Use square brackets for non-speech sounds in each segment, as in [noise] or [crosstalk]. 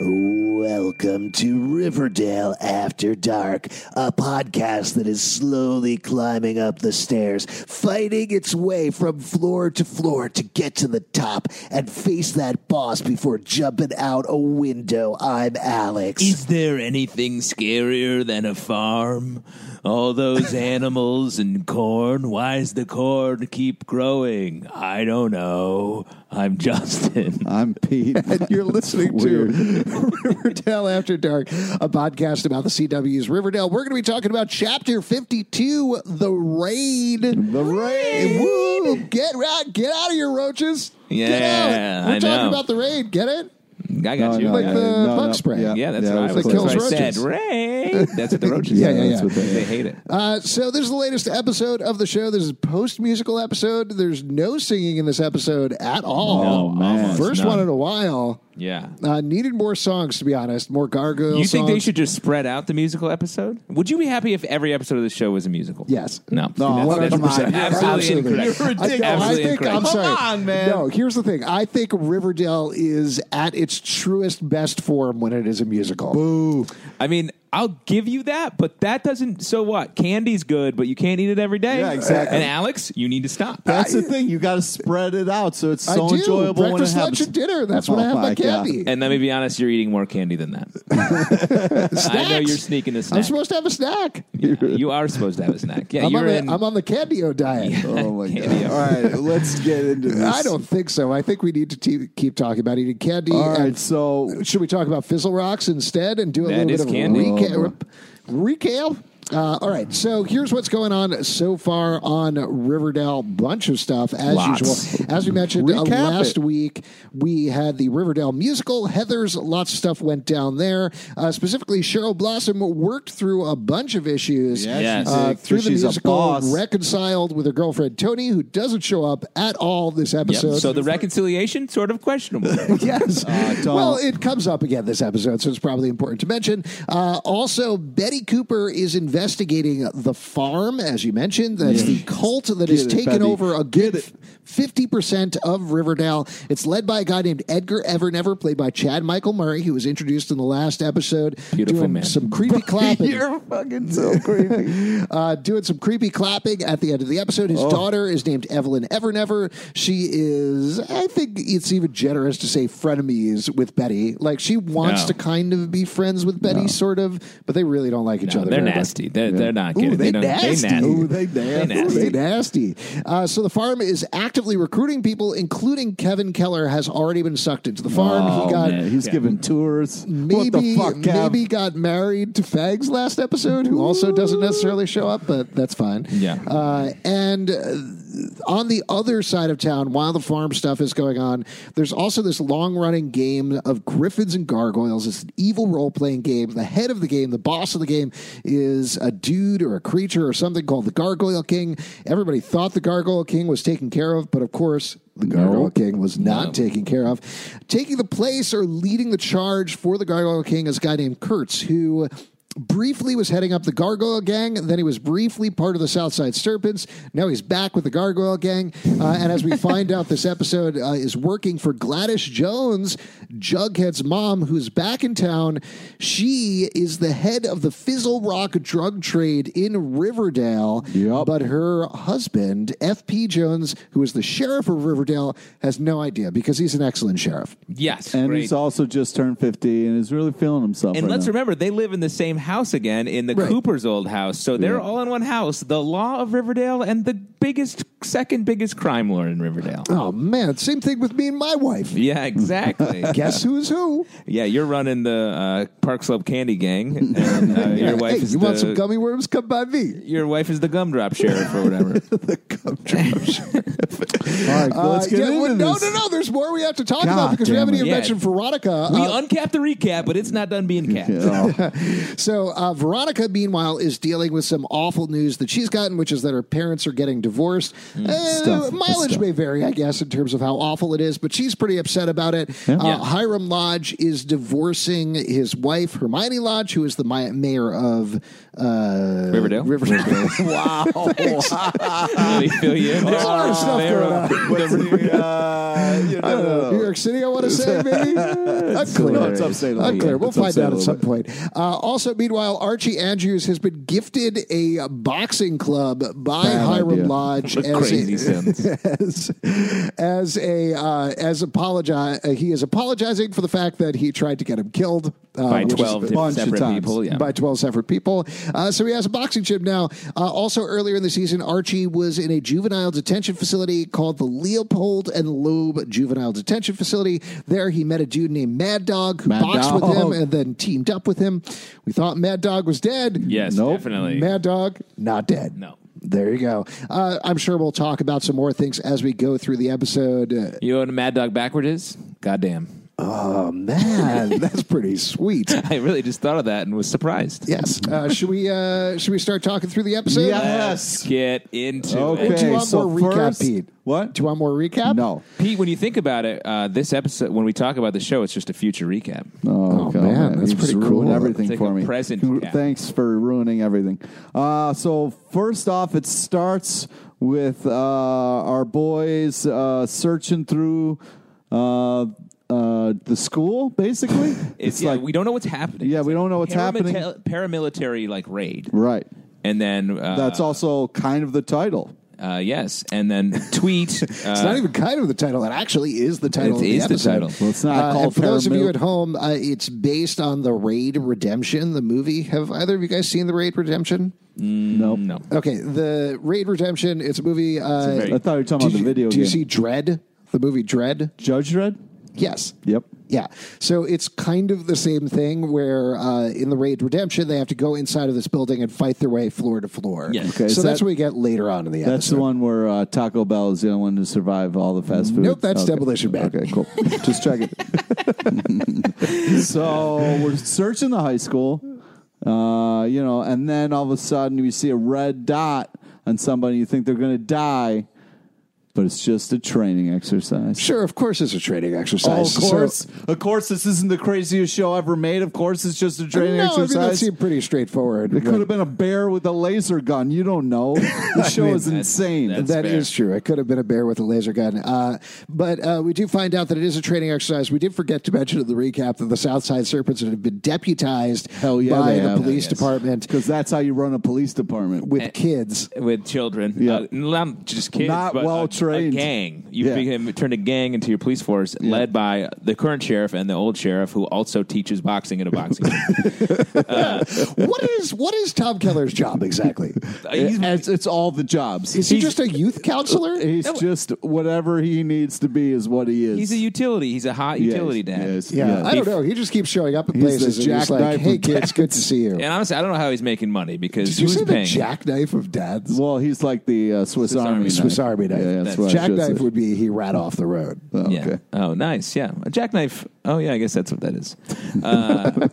Welcome to Riverdale After Dark, a podcast that is slowly climbing up the stairs, fighting its way from floor to floor to get to the top and face that boss before jumping out a window. I'm Alex. Is there anything scarier than a farm? All those animals and corn. Why's the corn keep growing? I don't know. I'm [laughs] Justin. I'm Pete. and you're listening to [laughs] Riverdale After Dark, a podcast about the CW's Riverdale. We're going to be talking about Chapter 52, The Raid. the raid. Hey, woo! Get out! Get out of here, roaches! get Yeah, out. we're I talking know. about the raid. Get it? I got you. like I the got you. bug spray. yeah, that's what I it was. was That's close. what I kills said. roaches. [laughs] Ray. That's what the roaches. Yeah, do. yeah, yeah. That's what they, they hate it. Uh, so there's the latest episode of the show. This is post musical episode. There's no singing in this episode at all. Oh, No, man. almost First none. one in a while. Yeah. Uh, needed more songs, to be honest. More gargoyle. You think they songs. should just spread out the musical episode? Would you be happy if every episode of the show was a musical? Yes. No. No, That's- 100%. that's Absolutely incorrect. You're I, no, I Absolutely think incorrect. I'm Come sorry. on, man. No, here's the thing. I think Riverdale is at its truest best form when it is a musical. I mean, I'll give you that, but that doesn't. So what? Candy's good, but you can't eat it every day. Yeah, exactly. And Alex, you need to stop. That's the thing. You got to spread it out so it's I so do. enjoyable when it Breakfast, lunch, happens. and dinner. That's when Oh I have my, my God. candy. and let me be honest, you're eating more candy than that. I know [laughs] Snacks. you're sneaking a snack. I'm supposed to have a snack. Yeah, you are supposed to have a snack. Yeah, I'm, on you're the, in. I'm on the Candio diet. [laughs] Oh my Candy. god! All right, let's get [laughs] into this. I don't think so. I think we need to te- keep talking about eating candy. All right, and so should we talk about Fizzle Rocks instead and do a little That bit is of candy. Oh, recap? recap? Uh, all right, so here's what's going on so far on Riverdale. Bunch of stuff as Lots. usual. As we mentioned uh, Recap it. last week, we had the Riverdale musical. Heather's lots of stuff went down there. Uh, specifically, Cheryl Blossom worked through a bunch of issues Yeah, she Yes. did, uh, 'cause through the she's a musical, boss. reconciled with her girlfriend Tony, who doesn't show up at all this episode. So the reconciliation sort [laughs] of questionable. yes. don't. well, it comes up again this episode, so it's probably important to mention. Uh, also, Betty Cooper is investigating the farm, as you mentioned. That's the cult that has it, taken Betty. over a good fifty percent of Riverdale. It's led by a guy named Edgar Evernever, played by Chad Michael Murray, who was introduced in the last episode, Beautiful doing man. some creepy clapping. [laughs] [laughs] You're fucking [laughs] so creepy. uh, doing some creepy clapping at the end of the episode. His daughter is named Evelyn Evernever. She is, I think it's even generous to say frenemies with Betty. Like she wants No. to kind of be friends with Betty, sort of, but they really don't like each No, other. they're very much. nasty. They're, they're not good. Ooh, they don't, nasty. They nasty. Ooh, they They damn. nasty. Really nasty. Uh, so the farm is actively recruiting people, including Kevin Keller has already been sucked into the farm. he got Oh, man, he's giving tours. what maybe the fuck, Kev? maybe got married to Fags last episode, who also doesn't necessarily show up, but that's fine. Yeah. Uh, and uh, on the other side of town, while the farm stuff is going on, there's also this long running game of Griffins and Gargoyles. It's an evil role playing game. The head of the game, the boss of the game, is a dude or a creature or something called the Gargoyle King. Everybody thought the Gargoyle King was taken care of, but of course, the Gargoyle King was not taken care of. Taking the place or leading the charge for the Gargoyle King is a guy named Kurtz, who Briefly was heading up the Gargoyle Gang, then he was briefly part of the Southside Serpents. Now he's back with the Gargoyle Gang, uh, and as we find out, this episode uh, is working for Gladys Jones, Jughead's mom, who's back in town. She is the head of the Fizzle Rock drug trade in Riverdale, Yup. but her husband, F.P. Jones, who is the sheriff of Riverdale, has no idea because he's an excellent sheriff. Yes, And great. he's also just turned 50 and is really feeling himself. And right let's now. remember, they live in the same house again in the Right. Cooper's old house. So they're all in one house. The law of Riverdale and the biggest, second biggest crime lord in Riverdale. Oh man, same thing with me and my wife. [laughs] Yeah, exactly. Guess who's who? yeah, you're running the uh, Park Slope [laughs] Candy Gang. And, uh, your wife hey, is you the, want some gummy worms? Come by me. Your wife is the gumdrop sheriff [laughs] or whatever. [laughs] All right, let's Uh, get yeah, into well, this. No, no, no. There's more we have to talk about God because we damn haven't it. even Yeah. mentioned Veronica. We Uh, uncapped the recap, but it's not done being [laughs] capped. Yeah. so uh, Veronica, meanwhile, is dealing with some awful news that she's gotten, which is that her parents are getting divorced. Uh, Stuff. mileage Stuff. may vary, I guess, in terms of how awful it is, but she's pretty upset about it. Uh, Yeah. Hiram Lodge is divorcing his wife, Hermione Lodge, who is the mi- mayor of uh, Riverdale? Riverdale. Wow. Really [laughs] feel you in there. a lot of stuff There going are- What's the, uh, you I don't know. know, Oh, New York City, I want to say, [laughs] maybe? Unclear. No, it's upstate a little Unclear. bit. We'll It's find upstate out a at little some point. Uh, also, meanwhile, Archie Andrews has been gifted a uh, boxing club by Bad Hiram idea. Lodge With crazy as a, [laughs] sins. as, as a uh, as apologize. Uh, he is apologizing for the fact that he tried to get him killed uh, By which is- 12 different bunch of separate times. people. Yeah. by 12 separate people. Uh, so he has a boxing gym now. Uh, also, earlier in the season, Archie was in a juvenile detention facility called the Leopold and Loeb Juvenile Detention Facility. There, he met a dude named Mad Dog who Mad boxed Dog. Oh. with him and then teamed up with him. We thought Mad Dog was dead. Yes, Nope. definitely. Mad Dog, not dead. No. There you go. Uh, I'm sure we'll talk about some more things as we go through the episode. Uh, You know what a Mad Dog backward is? Goddamn. oh, man, [laughs] that's pretty sweet. [laughs] I really just thought of that and was surprised. Yes. Uh, should we uh, should we start talking through the episode? Yes. Get into Okay. it. Do you want so more recap, first- Pete? What? Do you want more recap? No. Pete, when you think about it, uh, this episode, when we talk about the show, it's just a future recap. Oh, God, man, that's You've pretty just cool. Ruined everything Take for a me. present, Congr- Cap. Thanks for ruining everything. Uh, so first off, it starts with uh, our boys uh, searching through uh, uh, the school. [laughs] Basically, It's, yeah, we don't know what's happening. Yeah, It's we like don't know what's paramilita- happening. Paramilitary like raid, right. and then uh, That's also kind of the title. Uh, yes, and then tweet. [laughs] Uh, It's not even kind of the title. It actually is the title. of It the is the episode. title. Well, it's not Uh, called and for those of Paramil- you at home, uh, it's based on the Raid Redemption, the movie. Have either of you guys seen the Raid Redemption? No, no. Okay, the Raid Redemption. It's a movie. Uh, very- I thought you were talking do about the you- video Do game. you see Dread? The movie Dread. Judge Dredd? Yes. Yep. Yeah. So it's kind of the same thing where uh, in the Raid Redemption, they have to go inside of this building and fight their way floor to floor. Yes. so Okay, is that's that- what we get later on in the That's episode. the one where uh, Taco Bell is the only one to survive all the fast food. Nope, that's Okay. Demolition Man. Okay, [laughs] cool. Just check it. so we're searching the high school, uh, you know, and then all of a sudden you see a red dot on somebody. You think they're going to die, but it's just a training exercise. Sure, of course, it's a training Oh, exercise. of So- course, of course, this isn't the craziest show ever made. Of course, it's just a training no, exercise. I mean, that seemed pretty straightforward. it could have been a bear with a laser gun. You don't know. The show is insane. that's- That fair. is true. It could have been a bear with a laser gun. Uh, but uh, we do find out that it is a training exercise. We did forget to mention in the recap that the Southside Serpents have been deputized Hell yeah, by they the have. police Yes. department because that's how you run a police department. Eh. with [laughs] kids. With children, Yeah. Uh, not just kids, Not but a- well-trained. A, gang. You Yeah. became turned a gang into your police force, led by the current sheriff and the old sheriff, who also teaches boxing at [laughs] a boxing. gym. what is what is Tom Keller's job exactly? Uh, he's- it's, it's all the jobs. Is he just a youth counselor? He's just whatever he needs to be is what he is. He's a utility. He's a hot utility dad. yeah, I He- don't know. He just keeps showing up at He's the places and he's like, jackknife "Hey of kids, good to see you." And honestly, I don't know how he's making money because Did you who's say the paying? jackknife of dads? Well, he's like the uh, Swiss, Army Army, knife. Swiss Army knife. Yeah, that's, That's what I should've jackknife said. would be he ran off the road. Oh, Yeah. okay. Oh, nice. Yeah. A jackknife. Oh, yeah. I guess that's what that is. Uh,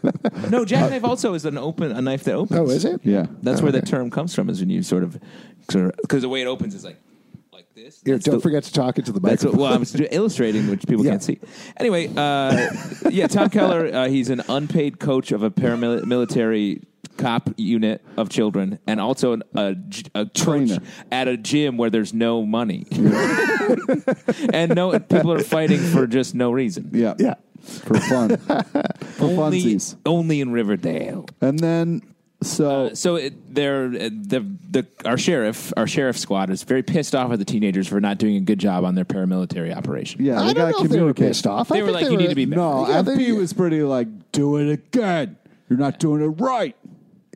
[laughs] no, jackknife also is an open a knife that opens. Uh, Oh, is it? Yeah. That's where the term comes from. Is when you sort of because the way it opens is like like this. Here, don't the- forget to talk into the That's microphone. what, well, I was illustrating, which people Yeah. can't see. Anyway, uh, yeah, Tom Keller, uh, he's an unpaid coach of a paramilitary cop unit of children and also an, a, g- a coach Trainer. at a gym where there's no money. [laughs] and no people are fighting for just no reason. [laughs] Yeah. Yeah. For fun. For Only, funsies. only in Riverdale. And then, so. So it, they're uh, the the our sheriff our sheriff squad is very pissed off at the teenagers for not doing a good job on their paramilitary operation. yeah, I they don't know got if they were communicate. pissed off. I They were think like, you need to be better. No, Yeah, FP they- was pretty like, do it again. You're not doing it right.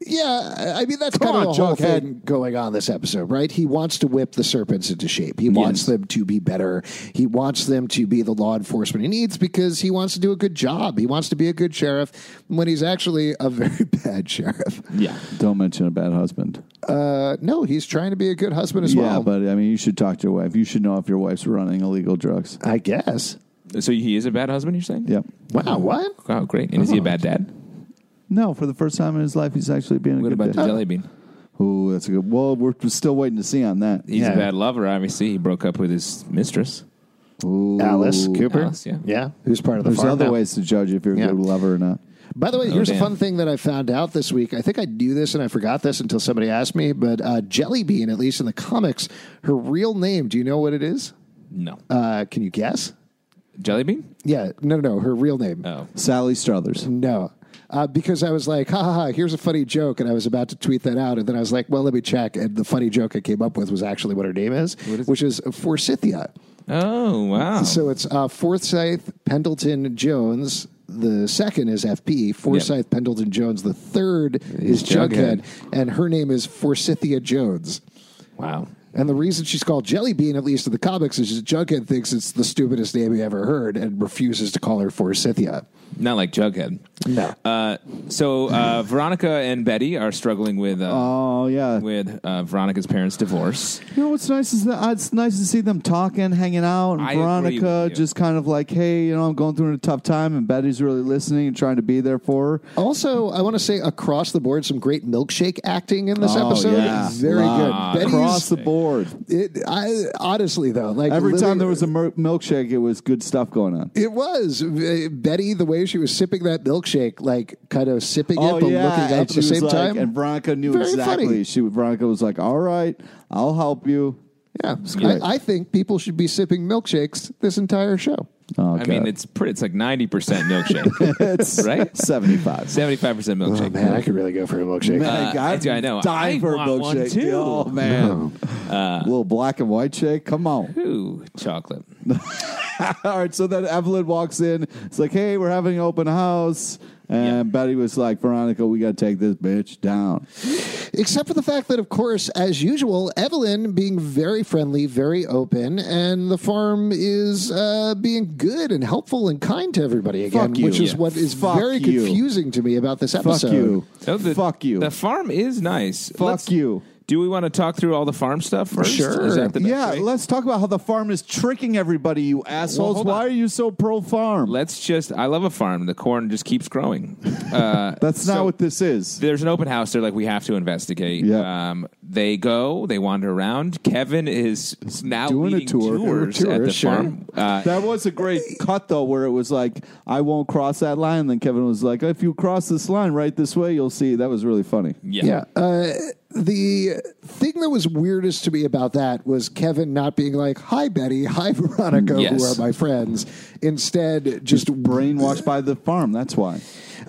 Yeah, I mean that's Come kind on, of the whole Jughead. thing going on this episode, right? He wants to whip the serpents into shape. He wants them to be better. He wants them to be the law enforcement he needs because he wants to do a good job. He wants to be a good sheriff when he's actually a [laughs] very bad sheriff. Yeah. Don't mention a bad husband. Uh, no, he's trying to be a good husband as Yeah, well. but I mean, you should talk to your wife. You should know if your wife's running illegal drugs. I guess. So he is a bad husband. You're saying? Yep. Wow, what? Wow, Oh, great. And is Oh. he a bad dad? No, for the first time in his life, he's actually being a What good about the dad. jelly bean? Oh, that's a good. Well, we're still waiting to see on that. He's Yeah. a bad lover. Obviously, he broke up with his mistress. Ooh. Alice Cooper. Alice, yeah. who's part of the There's farm other now. ways to judge if you're a Yeah. good lover or not. By the way, here's a damn. fun thing that I found out this week. I think I knew this and I forgot this until somebody asked me, but uh, Jelly Bean, at least in the comics, her real name, do you know what it is? No. Uh, can you guess? jelly bean? Yeah, no, no, no, her real name. Oh. Sally Struthers. No. Uh, because I was like, ha ha ha, here's a funny joke. And I was about to tweet that out. And then I was like, well, let me check. And the funny joke I came up with was actually what her name is, which is Forsythia. Oh, wow. Um, So it's uh, Forsyth Pendleton Jones. The second is FP. Forsyth Pendleton Jones. The third is Jughead. Jughead. And her name is Forsythia Jones. wow. And the reason she's called Jelly Bean, at least in the comics, is Jughead thinks it's the stupidest name he ever heard and refuses to call her Forsythia. Not like Jughead. No. Uh, so uh, Veronica and Betty are struggling with uh, Oh yeah. with uh, Veronica's parents' divorce. You know what's nice is that uh, it's nice to see them talking, hanging out, and I agree Veronica with you. just kind of like, hey, you know, I'm going through a tough time, and Betty's really listening and trying to be there for her. Also, I want to say across the board, some great milkshake acting in this Oh, episode. yeah. Very Wow. good. Betty's, Across the board, it, I, honestly though, like every time literally- there was a mer- milkshake, it was good stuff going on. It was Uh, Betty the way she was sipping that milkshake, like kind of sipping Oh it but yeah, looking and up at she the was same like- time. and Veronica knew Very exactly. funny. She Veronica was like, "All right, I'll help you." yeah, great. I, I think people should be sipping milkshakes this entire show. Oh, I mean, it's pretty, it's like ninety percent milkshake, [laughs] it's [laughs] right? seventy-five. Seventy five percent Oh, milkshake. Man, I could really go for a milkshake. Man, God, Uh, I know. dive I for a want one milkshake. too. Uh, Oh man, little black and white shake. Come [laughs] on. Ooh, chocolate. All right. So then Evelyn walks in. It's like, hey, we're having an open house. And Yeah. Betty was like, Veronica, we got to take this bitch down. Except for the fact that, of course, as usual, Evelyn being very friendly, very open, and the farm is uh, being good and helpful and kind to everybody again, Fuck you. which is Yeah. what is Fuck very you. confusing to me about this episode. Fuck you. So the, Fuck you. The farm is nice. Fuck you. Do we want to talk through all the farm stuff first? Sure. Is that the next yeah, way? let's talk about how the farm is tricking everybody, you assholes. hold Why on. are you so pro farm? Let's just. I love a farm. The corn just [laughs] keeps growing. Uh, That's not so- what this is. there's an open house. They're like, we have to investigate. Yeah. Um, they go. They wander around. Kevin is now doing a leading tour. tours Tour, at the sure. farm. Uh, that was a great cut, though, where it was like, I won't cross that line. And then Kevin was like, if you cross this line right this way, you'll see. That was really funny. yeah. Yeah. Uh, the thing that was weirdest to me about that was Kevin not being like, "Hi Betty, hi Veronica, Yes. who are my friends." Instead, just Brainwashed by the farm. That's why.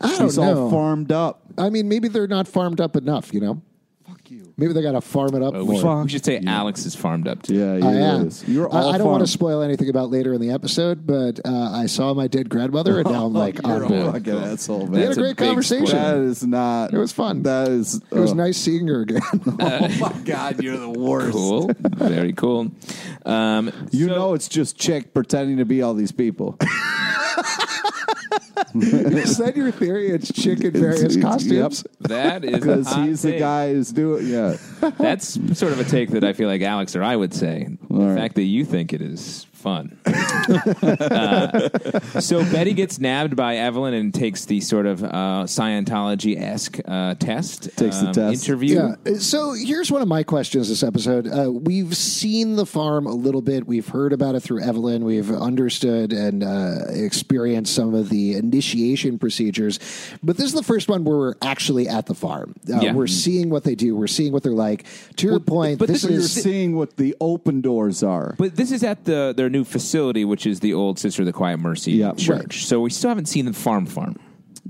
I don't She's all know. farmed up. I mean, maybe they're not farmed up enough. You know. Fuck you. Maybe they got to farm it up Uh, we, more. should, we should say Alex is farmed up too. Yeah, I yeah. am. You're all I, I don't want to farm. spoil anything about later in the episode, but uh, I saw my dead grandmother, [laughs] and now I'm like "Ah, Oh, on You're a board. fucking We asshole, had a man. That's a great big conversation. That is not. It was fun. That is. uh, It was ugh. nice seeing her again. [laughs] Oh my god, you're the worst. [laughs] Cool. Very cool. Um, You so- know, it's just chick pretending to be all these people. Is that your theory? It's chick in various Yep. costumes. [laughs] that is a Because hot he's the take. guy who's doing. Yeah, That's sort of a take that I feel like Alex or I would say. All the right. fact that you think it is fun. [laughs] Uh, so Betty gets nabbed by Evelyn and takes the sort of uh, Scientology esque uh, test. Takes the test. Interview. Yeah. Uh, So here's one of my questions this episode. Uh, we've seen the farm a little bit. We've heard about it through Evelyn. We've understood and uh, experienced some of the initiation procedures. But this is the first one where we're actually at the farm. Uh, Yeah. We're seeing what they do. We're seeing what they're like. To your point, but this, this You're is. seeing what the open doors are. But this is at the their new facility, which is the old Sister of the Quiet Mercy Yeah, church. So we still haven't seen the farm farm.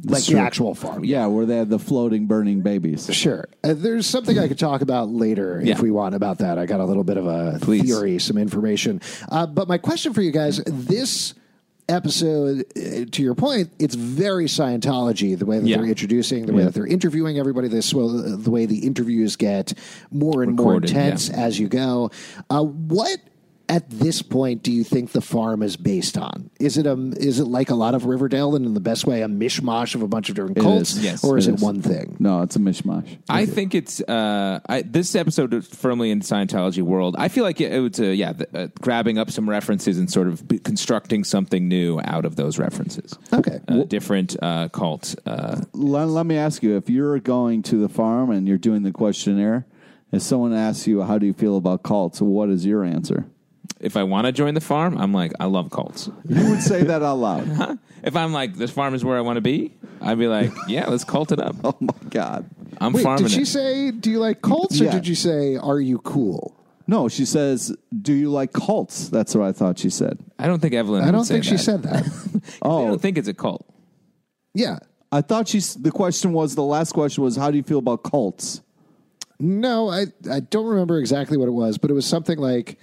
like the actual farm. yeah, where they had the floating, burning babies. Sure. Uh, there's something I could talk about later if Yeah. we want about that. I got a little bit of a Please. theory, some information. Uh, but my question for you guys this episode, uh, to your point, it's very Scientology the way that Yeah. they're introducing, the way Yeah. that they're interviewing everybody, this, well, the way the interviews get more and more Recorded, yeah. intense as you go. Uh, what at this point do you think the farm is based on? Is it a is it like a lot of Riverdale and in the best way a mishmash of a bunch of different cults, is, yes, or is it it is. one thing? No, it's a mishmash. I think it's uh, I, this episode is firmly in Scientology world. I feel like it, it was uh, yeah, the, uh, grabbing up some references and sort of b- constructing something new out of those references. Okay. Uh, different uh, cult. Uh, Let, let me ask you: If you're going to the farm and you're doing the questionnaire, if someone asks you how do you feel about cults, what is your answer? if I want to join the farm, I'm like, I love cults. You would say that out [laughs] loud. If I'm like, this farm is where I want to be, I'd [laughs] be like, yeah, let's cult it up. oh my god! I'm Wait, farming did she it. say, do you like cults or Yeah. did you say, are you cool? No, she says, "Do you like cults?" That's what I thought she said. I don't think Evelyn. I would don't say think she that. said [laughs] oh. that. I don't think it's a cult. yeah. I thought she's. The question was the last question was, "How do you feel about cults?" No, I, I don't remember exactly what it was, but it was something like,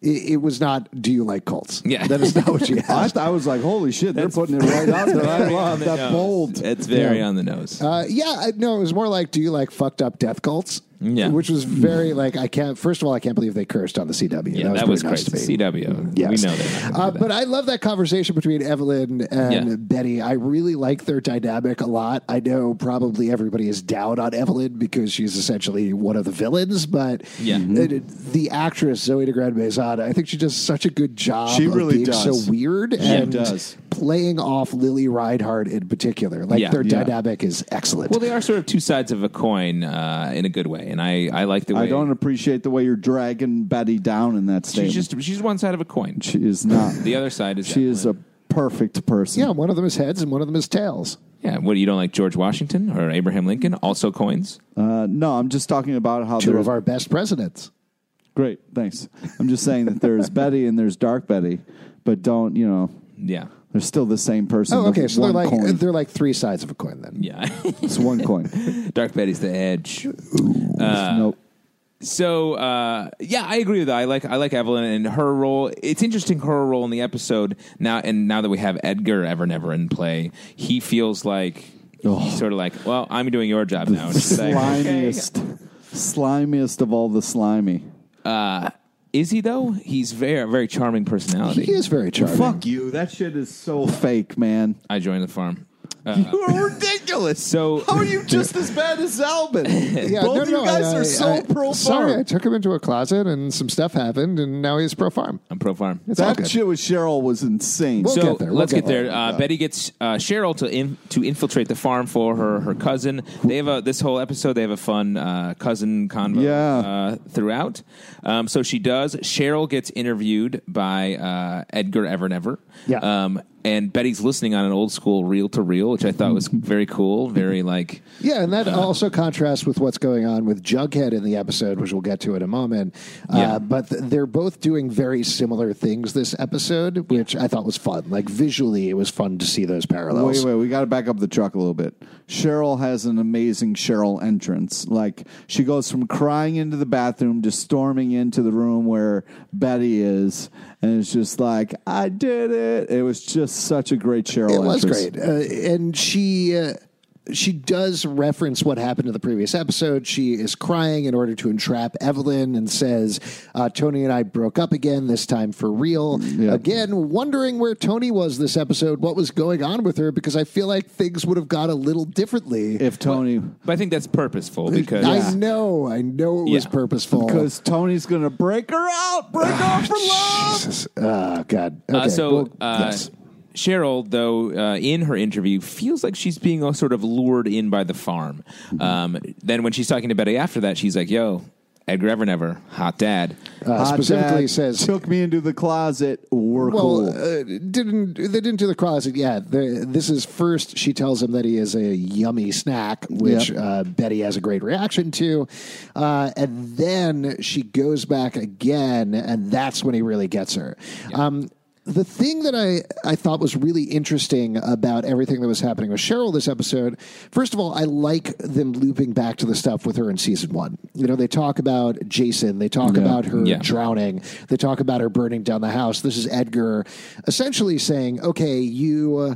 it, it was not, do you like cults? Yeah. That is not what [laughs] she asked. I, th- I was like, "Holy shit!" They're putting it right out there. [laughs] I love that bold. It's very on the nose. Uh, yeah, I, no, it was more like, do you like fucked up death cults? Yeah. Which was very like, I can't, first of all, I can't believe they cursed on the CW. yeah, that was, pretty nice to me. crazy. CW. Yes. We know that. Uh, but I love that conversation between Evelyn and Yeah. Betty. I really like their dynamic a lot. I know probably everybody is down on Evelyn because she's essentially one of the villains, but Yeah. Mm-hmm. the, the actress Zoe de Grand Maison, I think she does such a good job. She of really being does. So weird and does. playing off Lily Reinhardt in particular. Like Yeah. their Yeah. dynamic is excellent. Well, they are sort of two sides of a coin uh, in a good way, and I, I like the way I don't appreciate the way you're dragging Betty down in that statement. She's just she's one side of a coin. she is [laughs] not. The other side is she is a perfect person. yeah, one of them is heads and one of them is tails. yeah. What you don't like George Washington or Abraham Lincoln? Also coins. Uh, no, I'm just talking about how Two there's of our best presidents. great. Thanks. I'm just saying that [laughs] there's Betty and there's Dark Betty, but don't you know? Yeah, They're still the same person. Oh, okay. So they're one like coin. they're like three sides of a coin then. yeah. [laughs] it's one coin. [laughs] Dark Betty's the edge. Uh, nope. So uh, yeah, I agree with that. I like I like Evelyn and her role. It's interesting her role in the episode now, and now that we have Edgar Ever Never in play, he feels like Oh. he's sort of like, well, I'm doing your job now. And she's like, slimiest, slimiest of all the slimy. Is he though? He's very very charming personality. He is very charming. Fuck you. That shit is so fake, [laughs] man. I joined the farm. You are Oh, ridiculous. So How are you just as bad [laughs] as Albin? Both of you guys I- are so I- pro Sorry, I farm. took him into a closet and some stuff happened, and now he's pro farm. I'm pro farm. It's all That good. shit with Cheryl was insane. Well- So- We'll so get there. We'll let's get get there. there. Uh, Betty gets uh, Cheryl to in, to infiltrate the farm for her her cousin. They have a this whole episode. They have a fun uh, cousin convo Yeah. uh, throughout. Um, so she does. Cheryl gets interviewed by uh, Edgar Evernever. Yeah. Um, and Betty's listening on an old school reel to reel, which I thought was very cool. Very like Yeah, and that also contrasts with what's going on with Jughead in the episode, which we'll get to in a moment. Yeah. Uh, but th- they're both doing very similar things this episode, which I thought was fun. Like visually, it was fun to see those parallels. Wait, wait, we got to back up the truck a little bit. Cheryl has an amazing Cheryl entrance. Like, she goes from crying into the bathroom to storming into the room where Betty is. And it's just like, I did it. It was just such a great Cheryl It was great, entrance. uh, and she. Uh, she does reference what happened to the previous episode. She is crying in order to entrap Evelyn and says, uh, Tony and I broke up again, this time for real. Again, wondering where Tony was this episode, what was going on with her, because I feel like things would have gone a little differently. if Tony, But I think that's purposeful because I know, I know it was Yeah. purposeful. because Tony's gonna break her out, break off for love. Jesus. Oh, God. Okay. Uh, so well, uh, yes. Cheryl, though, uh, in her interview, feels like she's being uh, sort of lured in by the farm. Mm-hmm. Um, then when she's talking to Betty after that, she's like, "Yo, Edgar Evernever, hot dad." Uh, Hot specifically dad says- took me into the closet. We're Well, cool. uh, didn't they didn't do the closet yet? The- This is first. She tells him that he is a yummy snack, which Yep. uh, Betty has a great reaction to, uh, and then she goes back again, and that's when he really gets her. Um, the thing that I, I thought was really interesting about everything that was happening with Cheryl this episode, first of all, I like them looping back to the stuff with her in season one. You know, they talk about Jason, they talk about her Yeah. drowning. They talk about her burning down the house. This is Edgar essentially saying, okay, you uh,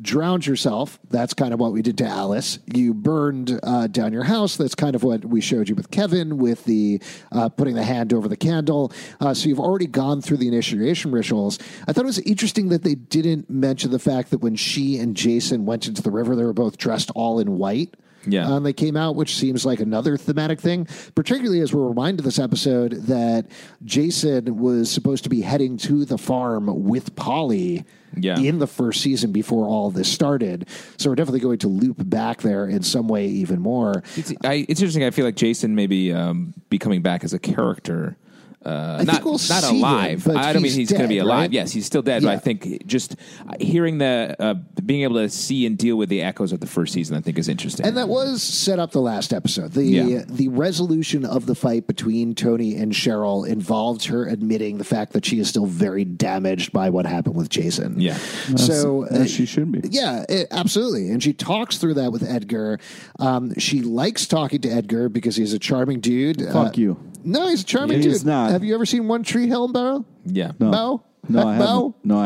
drowned yourself. That's kind of what we did to Alice. You burned uh, down your house. That's kind of what we showed you with Kevin with the uh, putting the hand over the candle. Uh, so you've already gone through the initiation rituals. I thought it was interesting that they didn't mention the fact that when she and Jason went into the river, they were both dressed all in white. Yeah. Um, they came out, which seems like another thematic thing, particularly as we're reminded this episode that Jason was supposed to be heading to the farm with Polly Yeah. in the first season before all this started. So we're definitely going to loop back there in some way even more. It's, I, it's interesting. I feel like Jason maybe um, be coming back as a character. Uh, think not we'll not see alive. him, but I don't mean he's he's going to be dead, alive. right? Yes, he's still dead. But Yeah. I think just hearing the uh, being able to see and deal with the echoes of the first season, I think is interesting. And that was set up the last episode. The Yeah. the resolution of the fight between Tony and Cheryl involved her admitting the fact that she is still very damaged by what happened with Jason. Yeah. So as she should be. Yeah, it, absolutely. And she talks through that with Edgar. Um, she likes talking to Edgar because he's a charming dude. Uh, Fuck you. No, he's a charming He's dude. not. Have you ever seen One Tree Hill, Barrow? yeah, No. Mo? No, I Mo? haven't. No,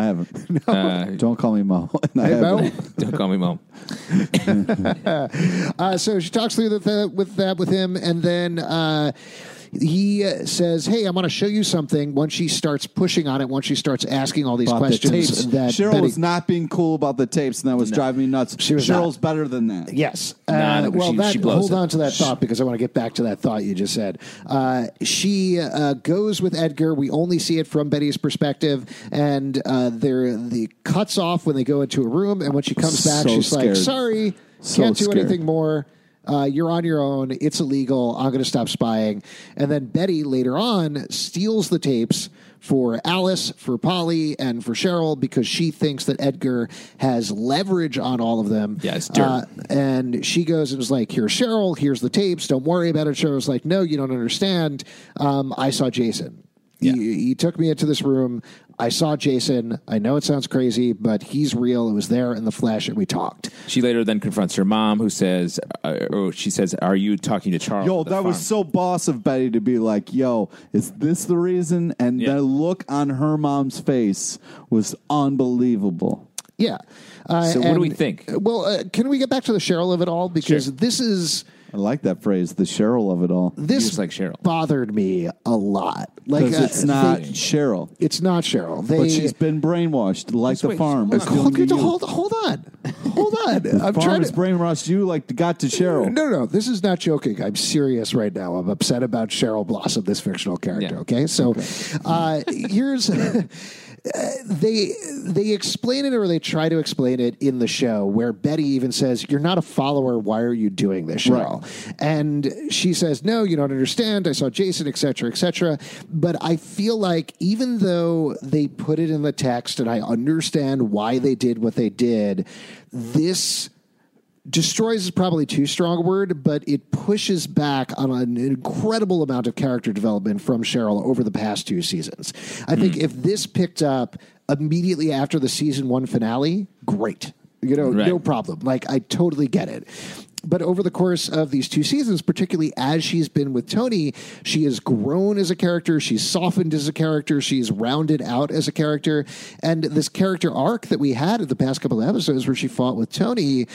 I haven't. [laughs] Don't call me Mo. I Hey, haven't. Mo? [laughs] don't call me mom. Uh, so she talks through the, the, with that with him, and then uh, he uh, says, "Hey, I want to show you something." Once she starts pushing on it, once she starts asking all these About the tapes. questions, that Cheryl Betty- was not being cool about the tapes, and that was driving me nuts. She was Cheryl's better than that. Yes. Nah, Uh, no, well, she- that, she blows hold it. on to that thought because I want to get back to that thought you just said. Uh, she uh, goes with Edgar. We only see it from Betty's perspective, and uh, they're the cuts off when they go into a room. And when she comes back, So she's like, scared. "Sorry, So can't do scared. anything more." Uh, you're on your own. It's illegal. I'm going to stop spying. And then Betty later on steals the tapes for Alice, for Polly, and for Cheryl because she thinks that Edgar has leverage on all of them. Uh, Yeah, it's dirt. and she goes and is like, "Here's Cheryl. Here's the tapes. Don't worry about it." Cheryl's like, "No, you don't understand. Um, I saw Jason. He, he took me into this room. I saw Jason. I know it sounds crazy, but he's real. It was there in the flesh, and we talked." She later then confronts her mom, who says, uh, "Oh, she says, are you talking to Charles?" Yo, at the that was farm?" so boss of Betty to be like, "Yo, is this the reason?" And Yeah. the look on her mom's face was unbelievable. Yeah. Uh, So what do and- we think? Well, uh, can we get back to the Cheryl of it all because Sure. this is I like that phrase, the Cheryl of it all, this just like Cheryl. bothered me a lot. Like because uh, it's not they- Cheryl, it's not Cheryl. They but she's been brainwashed like the wait, farm. hold is on. doing hold, to you. hold, hold on, hold on. I'm [laughs] farm trying has to. brainwashed you like got to Cheryl. No, no, this is not joking. I'm serious right now. I'm upset about Cheryl Blossom, this fictional character. Yeah. Okay, so Uh, here's [laughs] uh, they they explain it or they try to explain it in the show where Betty even says, "You're not a follower. Why are you doing this, Cheryl?" And she says, "No, you don't understand. I saw Jason, etc., etc." But I feel like even though they put it in the text and I understand why they did what they did, this destroys is probably too strong a word, but it pushes back on an incredible amount of character development from Cheryl over the past two seasons. I think if this picked up immediately after the season one finale, great. You know, Right. no problem. Like, I totally get it. But over the course of these two seasons, particularly as she's been with Tony, she has grown as a character. She's softened as a character. She's rounded out as a character. And this character arc that we had in the past couple of episodes where she fought with Tony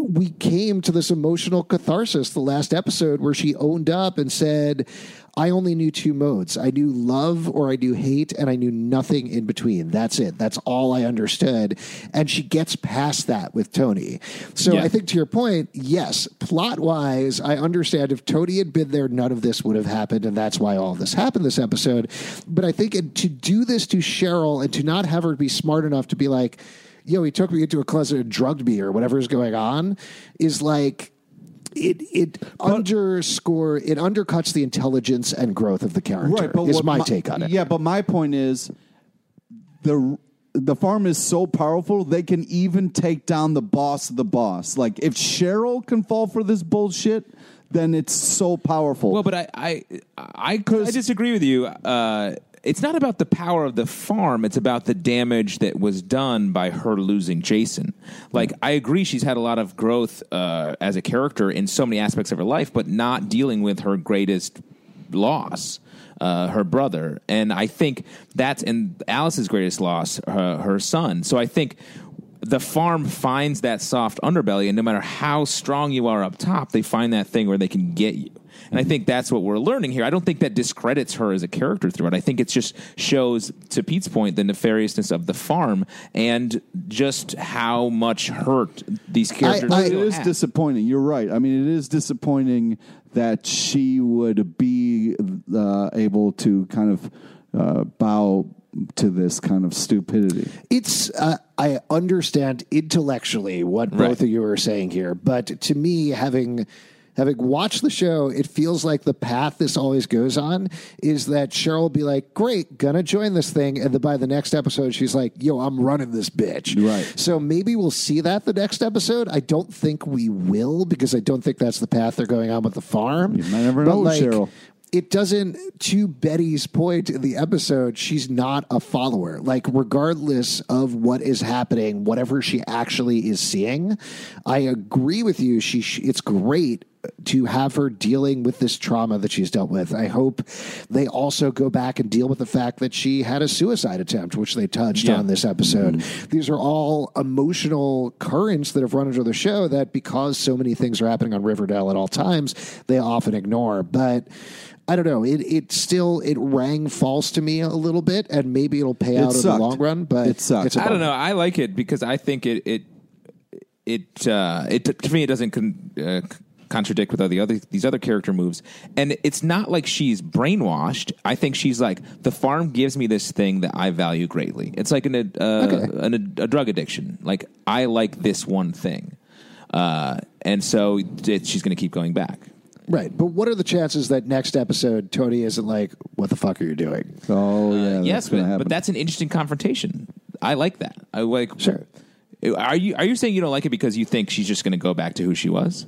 we came to this emotional catharsis the last episode where she owned up and said, I only knew two modes. I knew love or I knew hate, and I knew nothing in between. That's it. That's all I understood. And she gets past that with Tony. So Yeah. I think to your point, yes, plot wise, I understand if Tony had been there, none of this would have happened. And that's why all this happened this episode. But I think it, to do this to Cheryl and to not have her be smart enough to be like, yo, he took me into a closet and drugged me or whatever is going on is like, it it underscore it undercuts the intelligence and growth of the character. Right, but is what my, take on it. Yeah, but my point is the the farm is so powerful they can even take down the boss of the boss. Like if Cheryl can fall for this bullshit, then it's so powerful. Well, but I I I, I disagree with you. Uh, it's not about the power of the farm. It's about the damage that was done by her losing Jason. Like I agree, she's had a lot of growth uh, as a character in so many aspects of her life, but not dealing with her greatest loss. Uh, her brother, and I think that's and Alice's greatest loss, her, her son. So I think the farm finds that soft underbelly, and no matter how strong you are up top, they find that thing where they can get you. And I think that's what we're learning here. I don't think that discredits her as a character throughout. I think it just shows, to Pete's point, the nefariousness of the farm and just how much hurt these characters. But it still is have. disappointing. You're right. I mean, it is disappointing that she would be uh, able to kind of uh, bow to this kind of stupidity. it's uh, I understand intellectually what both of you are saying here, but to me, having having watched the show, it feels like the path this always goes on is that Cheryl will be like, "Great, gonna join this thing," and then by the next episode, she's like, "Yo, I'm running this bitch." Right. So maybe we'll see that the next episode. I don't think we will because I don't think that's the path they're going on with the farm. You might never know, Cheryl. it doesn't to betty's point in the episode she's not a follower like regardless of what is happening whatever she actually is seeing i agree with you she sh- it's great to have her dealing with this trauma that she's dealt with i hope they also go back and deal with the fact that she had a suicide attempt which they touched Yeah. on this episode Mm-hmm. these are all emotional currents that have run into the show that because so many things are happening on riverdale at all times they often ignore but I don't know. It it still it rang false to me a little bit, and maybe it'll pay out in the sucked. long run. But It sucked. it's a I don't bummer. know. I like it because I think it it it uh, it to me it doesn't con- uh, contradict with all the other these other character moves, and it's not like she's brainwashed. I think she's like the farm gives me this thing that I value greatly. It's like an ad- uh, an, a drug addiction. Like I like this one thing, uh, and so it, she's going to keep going back. Right. But what are the chances that next episode Tony isn't like, "What the fuck are you doing?" Oh yeah, that's yes, gonna but, happen. but that's an interesting confrontation. I like that. I like. Sure. Are you are you saying you don't like it because you think she's just going to go back to who she was?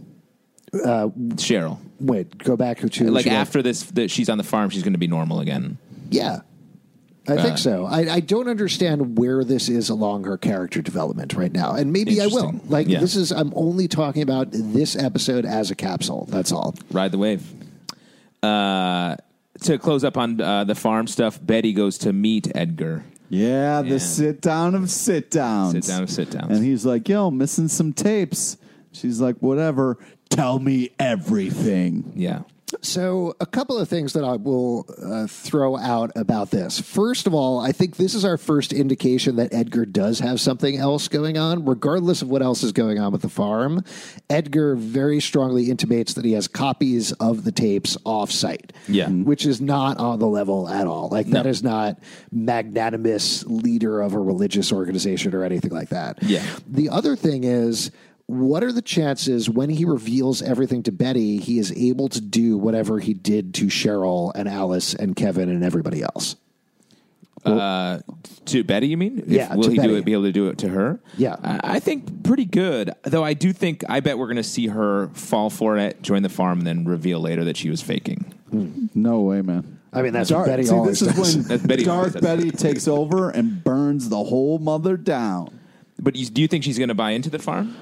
Uh, Cheryl, Wait, go back to like she got- after this, that she's on the farm, she's going to be normal again. Yeah. I think Uh, so. I, I don't understand where this is along her character development right now, and maybe I will. Interesting. Like Yeah. this is, I'm only talking about this episode as a capsule. That's all. Ride the wave. Uh, to close up on uh, the farm stuff, Betty goes to meet Edgar. yeah, Yeah. the sit down of sit downs. Sit down of sit downs. And he's like, "Yo, missing some tapes." She's like, "Whatever. Tell me everything." Yeah, So, a couple of things that I will uh, throw out about this. First of all, I think this is our first indication that Edgar does have something else going on, regardless of what else is going on with the farm. Edgar very strongly intimates that he has copies of the tapes off site. Yeah. Which is not on the level at all. Like, that is not magnanimous leader of a religious organization or anything like that. Yeah. The other thing is, what are the chances when he reveals everything to Betty, he is able to do whatever he did to Cheryl and Alice and Kevin and everybody else? uh, to Betty, you mean? If- Yeah, will to he do Betty. it? Be able to do it to her? Yeah. I, I think pretty good. Though I do think I bet we're going to see her fall for it, join the farm, and then reveal later that she was faking. No way, man. I mean, that's Dark, what Betty see, always this [laughs] does. is when [laughs] That's Betty always Dark does. Betty takes over and burns the whole mother down. But you, do you think she's going to buy into the farm?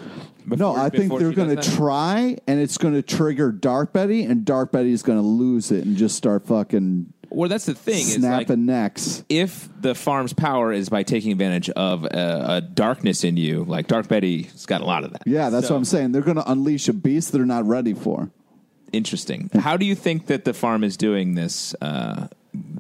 No, Before- I think before they're she going to does that? try, and it's going to trigger Dark Betty, and Dark Betty's going to lose it and just start fucking well, that's the thing. Is like, snapping necks. if the farm's power is by taking advantage of a, a darkness in you, like Dark Betty's got a lot of that. Yeah, that's what I'm saying. They're going to unleash a beast they're not ready for. Interesting. How do you think that the farm is doing this? Uh,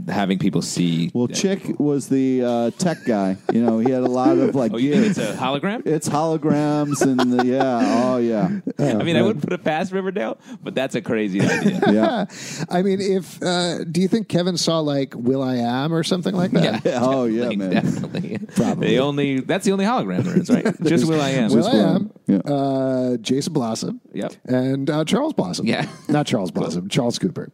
having people see. Well, that- Chick was the uh, tech guy. You know, he had a lot of like. [laughs] Oh, you think yeah, it's a hologram? it's holograms and the, yeah, oh yeah, I mean, I would put it past Riverdale, but that's a [laughs] crazy idea. [laughs] yeah, I mean, if uh, do you think Kevin saw like Will I Am or something like that? oh yeah, Like, man. definitely. Probably. They only. That's the only hologram there is, [laughs] right? Just Will I Am. Will I Will. Am, Yeah. uh, Jason Blossom, Yep. and uh, Charles Blossom. Yeah. not [laughs] Charles Blossom, Charles Cooper.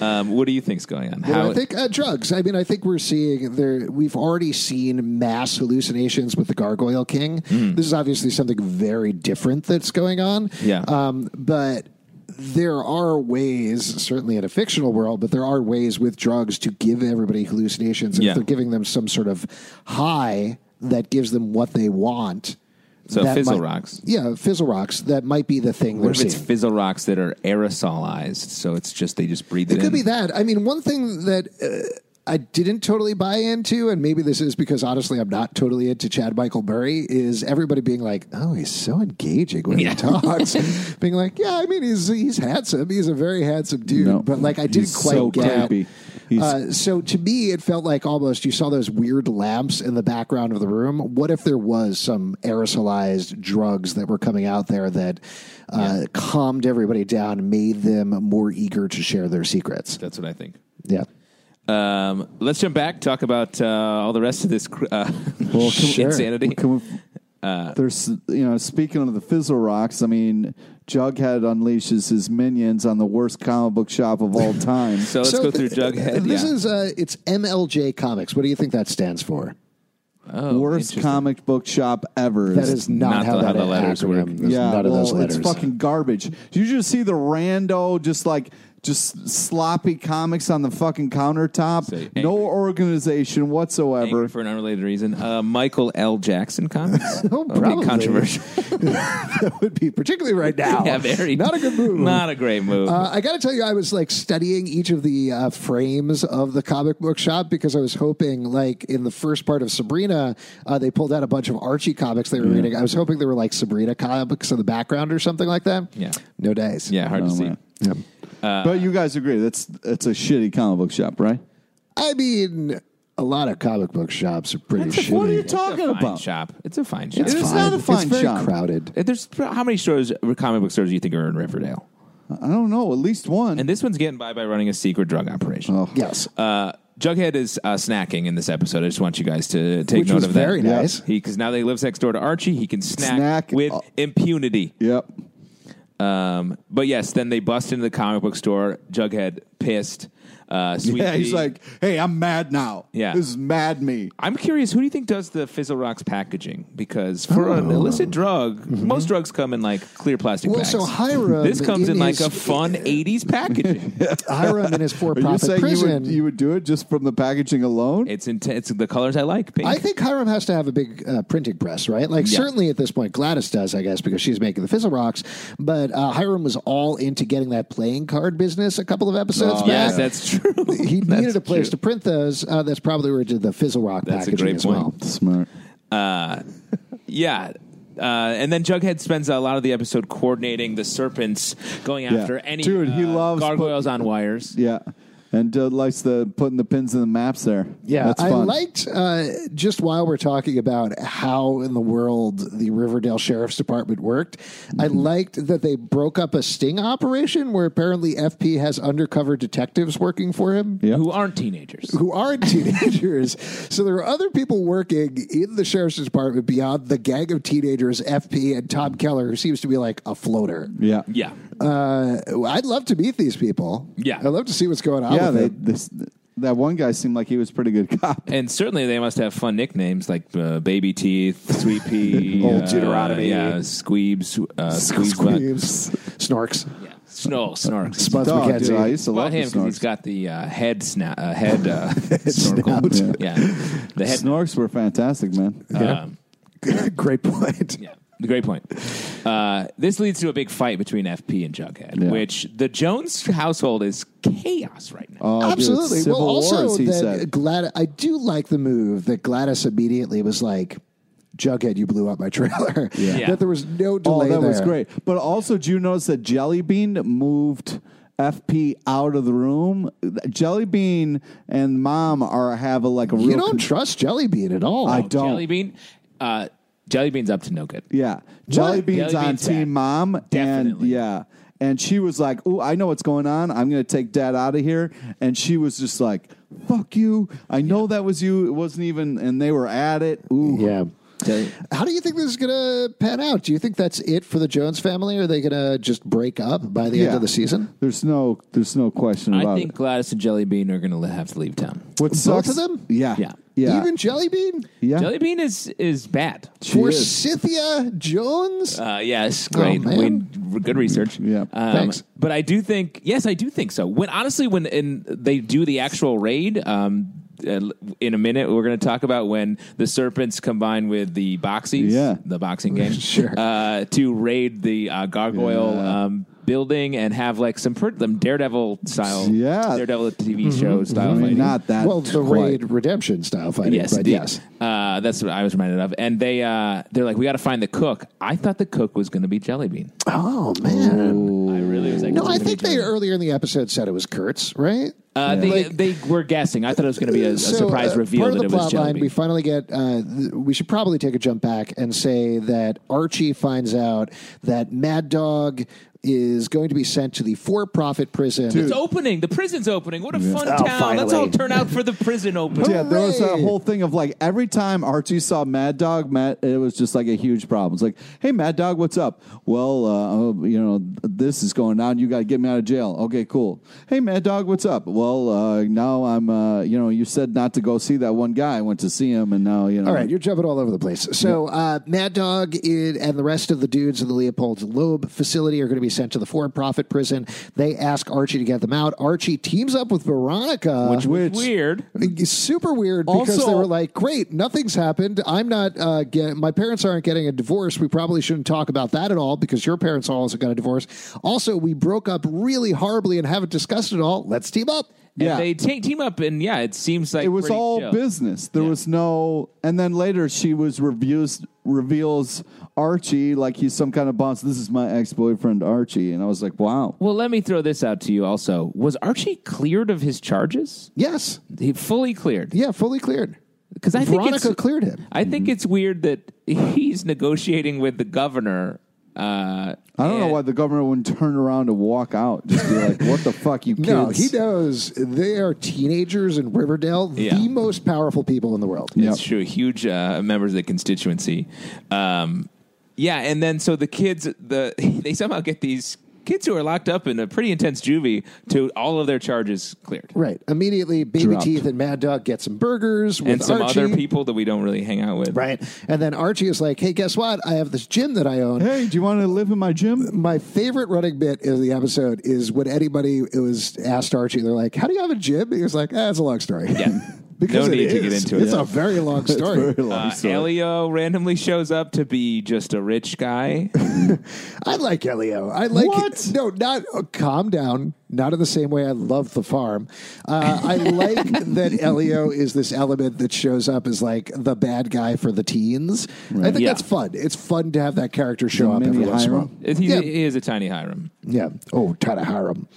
Um, what do you think's going on? Well, I think uh, drugs. I mean, I think we're seeing there. We've already seen mass hallucinations with the Gargoyle King. Mm. This is obviously something very different that's going on. Yeah. Um, but there are ways, certainly in a fictional world, but there are ways with drugs to give everybody hallucinations. And Yeah. If they're giving them some sort of high that gives them what they want. So that fizzle might- rocks. Yeah, fizzle rocks. That might be the thing What if they're it's seeing. fizzle rocks that are aerosolized? So it's just they just breathe it, It could in. be that. I mean, one thing that uh, I didn't totally buy into, and maybe this is because honestly, I'm not totally into Chad Michael Murray, is everybody being like, "Oh, he's so engaging when Yeah. he talks," [laughs] being like, "Yeah, I mean, he's he's handsome. He's a very handsome dude." No. but like, I didn't He's quite so get. creepy. He's- Uh, so to me, it felt like almost you saw those weird lamps in the background of the room. What if there was some aerosolized drugs that were coming out there that uh, calmed everybody down, made them more eager to share their secrets? That's what I think. Yeah. Um, let's jump back. Talk about uh, all the rest of this cr- [laughs] uh, [laughs] Well, can we- insanity. Can we, there's, you know, speaking of the fizzle rocks, I mean, Jughead unleashes his minions on the worst comic book shop of [laughs] all time. so let's go through Jughead. This yeah. is uh, it's MLJ Comics. What do you think that stands for? Oh, worst interesting. comic book shop ever. That is not, not how the- how that the letters acronym. work. There's none of those well, letters. It's fucking garbage. Did you just see the rando just like just sloppy comics on the fucking countertop? Say, angry. no organization whatsoever. Angry for an unrelated reason. Uh, Michael L. Jackson comics. [laughs] Oh, That'd be probably. controversial. [laughs] that would be particularly right now. yeah, very not a good move. Not a great move. Uh, I got to tell you, I was like studying each of the uh, frames of the comic book shop because I was hoping, like in the first part of Sabrina, uh, they pulled out a bunch of Archie comics they were reading. I was hoping there were like Sabrina comics in the background or something like that. Yeah. no days. yeah, hard to Oh, see. man. but you guys agree that's it's a shitty comic book shop, right? I mean, a lot of comic book shops are pretty shitty. What are you It's a talking fine about? shop. It's a fine shop. it's It is fine. not a fine it's very shop. crowded. There's how many stores, uh, comic book stores, do you think are in Riverdale? I don't know. At least one. And this one's getting by by running a secret drug operation. Oh. Yes. Uh, Jughead is uh, snacking in this episode. I just want you guys to take Which note was of that. very Yeah. nice. Because now that he lives next door to Archie, he can snack, Snack. with Oh. impunity. yep. Um, but yes, then they bust into the comic book store. Jughead pissed. Uh, Sweet Yeah, he's Pea- like, hey, I'm mad now. Yeah. This is mad me. I'm curious, who do you think does the Fizzle Rocks packaging? Because for an illicit drug, Mm-hmm. most drugs come in like clear plastic Well, bags. so Hiram this comes in in like his- a fun '80s packaging. [laughs] Hiram [laughs] in his Are you for-profit saying you prison. would, you would do it just from the packaging alone? it's intense. The colors I like. Pink. I think Hiram has to have a big uh, printing press, right? Like Yeah. certainly at this point, Gladys does, I guess, because she's making the fizzle rocks. But uh, Hiram was all into getting that playing card business a couple of episodes back. yes, Oh, that's [laughs] true. he That's needed a place true. to print those. Uh, that's probably where he did the fizzle rock That's a packaging great as point. well. Smart. Yeah. Uh, and then Jughead spends a lot of the episode coordinating the serpents, going after any Dude, he uh, loves gargoyles on wires. Yeah. And uh, likes the putting the pins in the maps there. Yeah, That's I fun. liked uh, just while we're talking about how in the world the Riverdale Sheriff's Department worked. I Mm-hmm. liked that they broke up a sting operation where apparently FP has undercover detectives working for him. Yeah. Who aren't teenagers? who aren't [laughs] teenagers. so there are other people working in the sheriff's department beyond the gang of teenagers, FP and Tom Keller, who seems to be like a floater. Yeah. Yeah. Uh, I'd love to meet these people. Yeah. I'd love to see what's going on. Yeah, with they, them. this, that one guy seemed like he was a pretty good cop. And certainly they must have fun nicknames like uh, Baby Teeth, Sweet Pea, Old uh, Deuteronomy. yeah, Squeebs, uh, Squeeze Butt. Squeebs, Snorks, Yeah. Snor- Snarks. Spuds Dog, dude, I McKenzie. used to About love the him because he's Snorks. got the uh, head sna- uh, head, uh, [laughs] snorkel. Yeah. the head. Snorks were fantastic, man. Um, [laughs] Great point. yeah. Great point. Uh, this leads to a big fight between FP and Jughead, Yeah. which the Jones household is chaos right now. Oh, dude, it's Absolutely. Civil well, also wars, he that said. Glad I do like the move that Gladys immediately was like, "Jughead, you blew up my trailer." Yeah. That there was no Oh, delay. that was there. great. But also, do you notice that Jellybean moved FP out of the room? Jellybean and Mom are have a, like a real. You don't con- trust Jellybean at all. I don't. Jellybean, uh, Jellybean's up to no good. Yeah, Jellybean's Jellybean's on back. Team Mom, and Definitely. yeah, and she was like, "Oh, I know what's going on. I'm going to take Dad out of here." And she was just like, "Fuck you! I know that was you. It wasn't even." And they were at it. Ooh, Yeah. How do you think this is going to pan out? Do you think that's it for the Jones family? Are they going to just break up by the end Yeah. of the season? There's no, there's no question about I think it. Gladys and Jellybean are going to have to leave town. What sucks? of them? Yeah, Yeah. yeah, Even Jellybean? yeah. Jellybean is is bad. She For is. Scythia Jones? Uh, yes, great, man. We- good research. Oh, Um, Yeah. Thanks. But I do think, yes, I do think so. When honestly, when in, they do the actual raid, um, uh, in a minute we're going to talk about when the serpents combine with the boxies, Yeah. the [laughs] boxing game, sure, uh, to raid the uh, gargoyle. Yeah. Um, Building and have like some per- them daredevil style, Yeah. daredevil TV show I style. mean, fighting. not that. well, the quite. Raid Redemption style fighting. Yes, but indeed. yes. Uh, that's what I was reminded of. And they uh, they're like, we got to find the cook. I thought the cook was going to be Jellybean. Oh, man. I really was like, No, I think they earlier in the episode said it was Kurtz, right? Uh, they, they were guessing. I thought it was going to be a, a So, surprise uh, reveal part of that the it plot was line, Jellybean. we finally get. Uh, th- we should probably take a jump back and say that Archie finds out that Mad Dog is going to be sent to the for-profit prison. it's opening. The prison's opening. What a fun Oh, town. Let's all finally. turn out for the prison opening. Yeah, there was that Hooray! whole thing of like every time Archie saw Mad Dog, Matt, it was just like a huge problem. It's like, hey, Mad Dog, what's up? Well, uh, oh, you know, this is going on. You got to get me out of jail. Okay, cool. Hey, Mad Dog, what's up? Well, uh, now I'm, uh, you know, you said not to go see that one guy. I went to see him, and now, you know. All right, you're jumping all over the place. So, uh, Mad Dog i- and the rest of the dudes in the Leopold's Loeb facility are going to be sent to the for-profit prison. They ask Archie to get them out. Archie teams up with Veronica, Which was Which- Weird. It's super weird because Also- they were like, "Great, nothing's happened. I'm not uh, getting. My parents aren't getting a divorce. We probably shouldn't talk about that at all because your parents also got a divorce. Also, we broke up really horribly and haven't discussed it all. Let's team up." Yeah. And they ta- team up, and yeah, it seems like it was pretty all chill. business. There was no, and then later she was reviews reveals Archie like he's some kind of boss. This is my ex boyfriend Archie, and I was like, wow. Well, let me throw this out to you. Also, was Archie cleared of his charges? Yes, He fully cleared. yeah, fully cleared. Because I think Veronica it's- cleared him. I think it's weird that he's negotiating with the governor. Uh, I don't know and- why the governor wouldn't turn around and walk out. Just be like, "What the [laughs] fuck, you kids?" No, he knows they are teenagers in Riverdale, Yeah. the most powerful people in the world. Yeah. It's true. Huge uh, members of the constituency. Um, yeah, and then so the kids, the [laughs] they somehow get these kids who are locked up in a pretty intense juvie to all of their charges cleared. Right. Immediately, Baby Dropped. Teeth and Mad Dog get some burgers with And some Archie. other people that we don't really hang out with. Right. And then Archie is like, hey, guess what? I have this gym that I own. Hey, do you want to live in my [laughs] gym? my favorite running bit of the episode is when anybody it was asked Archie, they're like, "How do you have a gym?" He was like, "That's it's a long story." [laughs] Yeah. [laughs] because no it need to is. get into it. It's a very [laughs] long story. Uh, Elio randomly shows up to be just a rich [laughs] guy. I like Elio. I like What? No, not oh, calm down. Not in the same way I love the farm. Uh, I [laughs] like that Elio is this element that shows up as like the bad guy for the teens. I think Yeah. that's fun. It's fun to have that character show up mini every once in a Hiram? while. He's, Yeah. He is a tiny Hiram. Yeah. Oh, try to hire [laughs] him.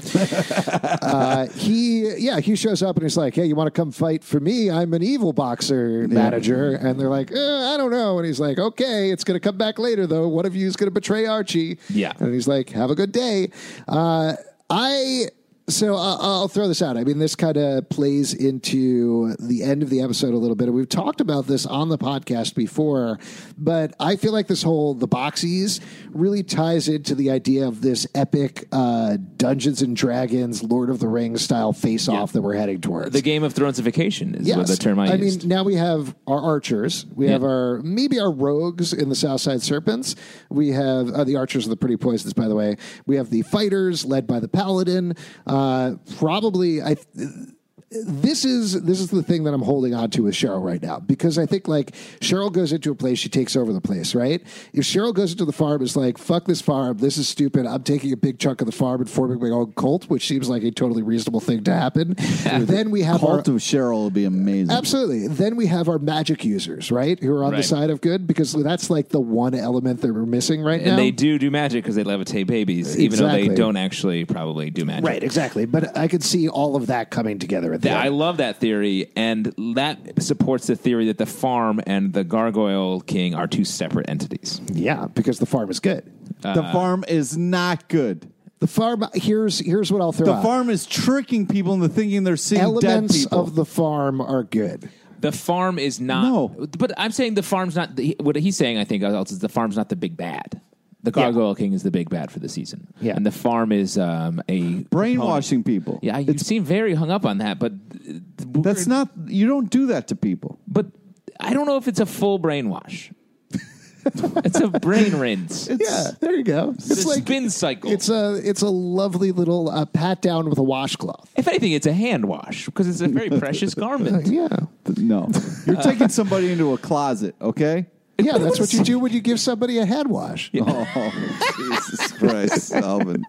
uh, he, yeah, he shows up and he's like, "Hey, you want to come fight for me? I'm an evil boxer manager." And they're like, uh, "I don't know." And he's like, "Okay, it's going to come back later, though. One of you is going to betray Archie." Yeah. And he's like, "Have a good day." Uh, I. So uh, I'll throw this out. I mean, this kind of plays into the end of the episode a little bit. And We've talked about this on the podcast before, but I feel like this whole the boxies really ties into the idea of this epic uh, Dungeons and Dragons, Lord of the Rings style face off that we're heading towards. The Game of Thronesification is Yes. what the term I, I used. mean, now we have our archers. We have our maybe our rogues in the Southside Serpents. We have uh, the archers are the pretty poisons, by the way. We have the fighters led by the paladin. Uh, probably, I. this is this is the thing that I'm holding on to with Cheryl right now because I think like Cheryl goes into a place, she takes over the place, right? If Cheryl goes into the farm, it's like fuck this farm, this is stupid. I'm taking a big chunk of the farm and forming my own cult, which seems like a totally reasonable thing to [laughs] happen. then we have our, Cult of Cheryl would be amazing. Absolutely. Then we have our magic users, right? Who are on the Right. side of good because that's like the one element that we're missing right now. And they do do magic because they levitate babies, even though Exactly. they don't actually probably do magic. Right, exactly. But I could see all of that coming together at the That- I end. love that theory, and that supports the theory that the farm and the Gargoyle King are two separate entities. yeah, because the farm is good. the Uh-huh. farm is not good. The farm here's here's what I'll throw The out. farm is tricking people into thinking they're seeing dead Elements people. of the farm are good. The farm is not. No. but I'm saying the farm's not. The, what he's saying, I think, else is the farm's not the big bad. The Gargoyle King is the big bad for the season. Yeah. and the farm is um, a brainwashing people. Yeah, you seem very hung up on that, but uh, That's not you don't do that to people. But I don't know if it's a full brainwash. [laughs] it's a brain rinse. It's, Yeah, there you go. It's, a like spin cycle. it's a it's a lovely little uh, pat down with a washcloth. if anything, it's a hand wash because it's a very [laughs] precious garment. Yeah. No. [laughs] You're taking somebody into a closet, okay? Yeah, that's what you do when you give somebody a head wash. [laughs] Oh, Jesus Christ, Alvin.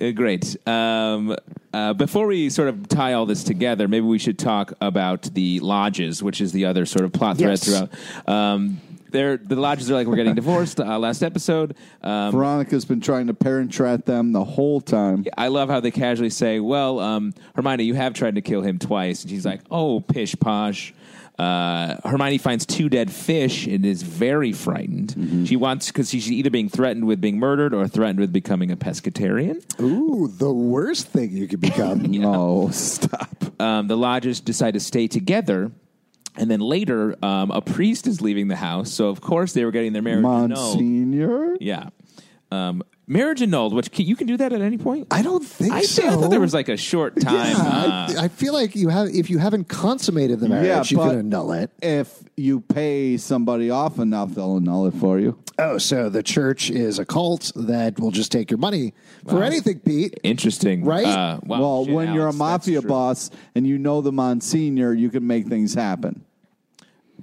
Uh, great. Um, uh, before we sort of tie all this together, maybe we should talk about the lodges, which is the other sort of plot thread Yes. throughout. Um, they're, the lodges are like we're getting divorced. Uh, last episode, um, Veronica's been trying to parent trap them the whole time. I love how they casually say, "Well, um, Hermione, you have tried to kill him twice," and she's like, "Oh, pish posh." Uh, Hermione finds two dead fish and is very frightened. Mm-hmm. She wants because she's either being threatened with being murdered or threatened with becoming a pescatarian. Ooh, the worst thing you could become. [laughs] No, Oh, stop. Um, the lodges decide to stay together. And then later, um, a priest is leaving the house, so of course they were getting their marriage annulled. Monsignor? Yeah, um, marriage annulled, which can, you can do that at any point. [laughs] I don't think I, so. think- I thought there was like a short time. Yeah, uh, I, I feel like you have if you haven't consummated the marriage, you but- can annul it. If you pay somebody off enough, they'll annul it for you. Oh, so the church is a cult that will just take your money for anything, Pete. Interesting, Right? Uh, wow, well, shit, when you're a Alex, that's mafia true. boss and you know the Monsignor, you can make things happen.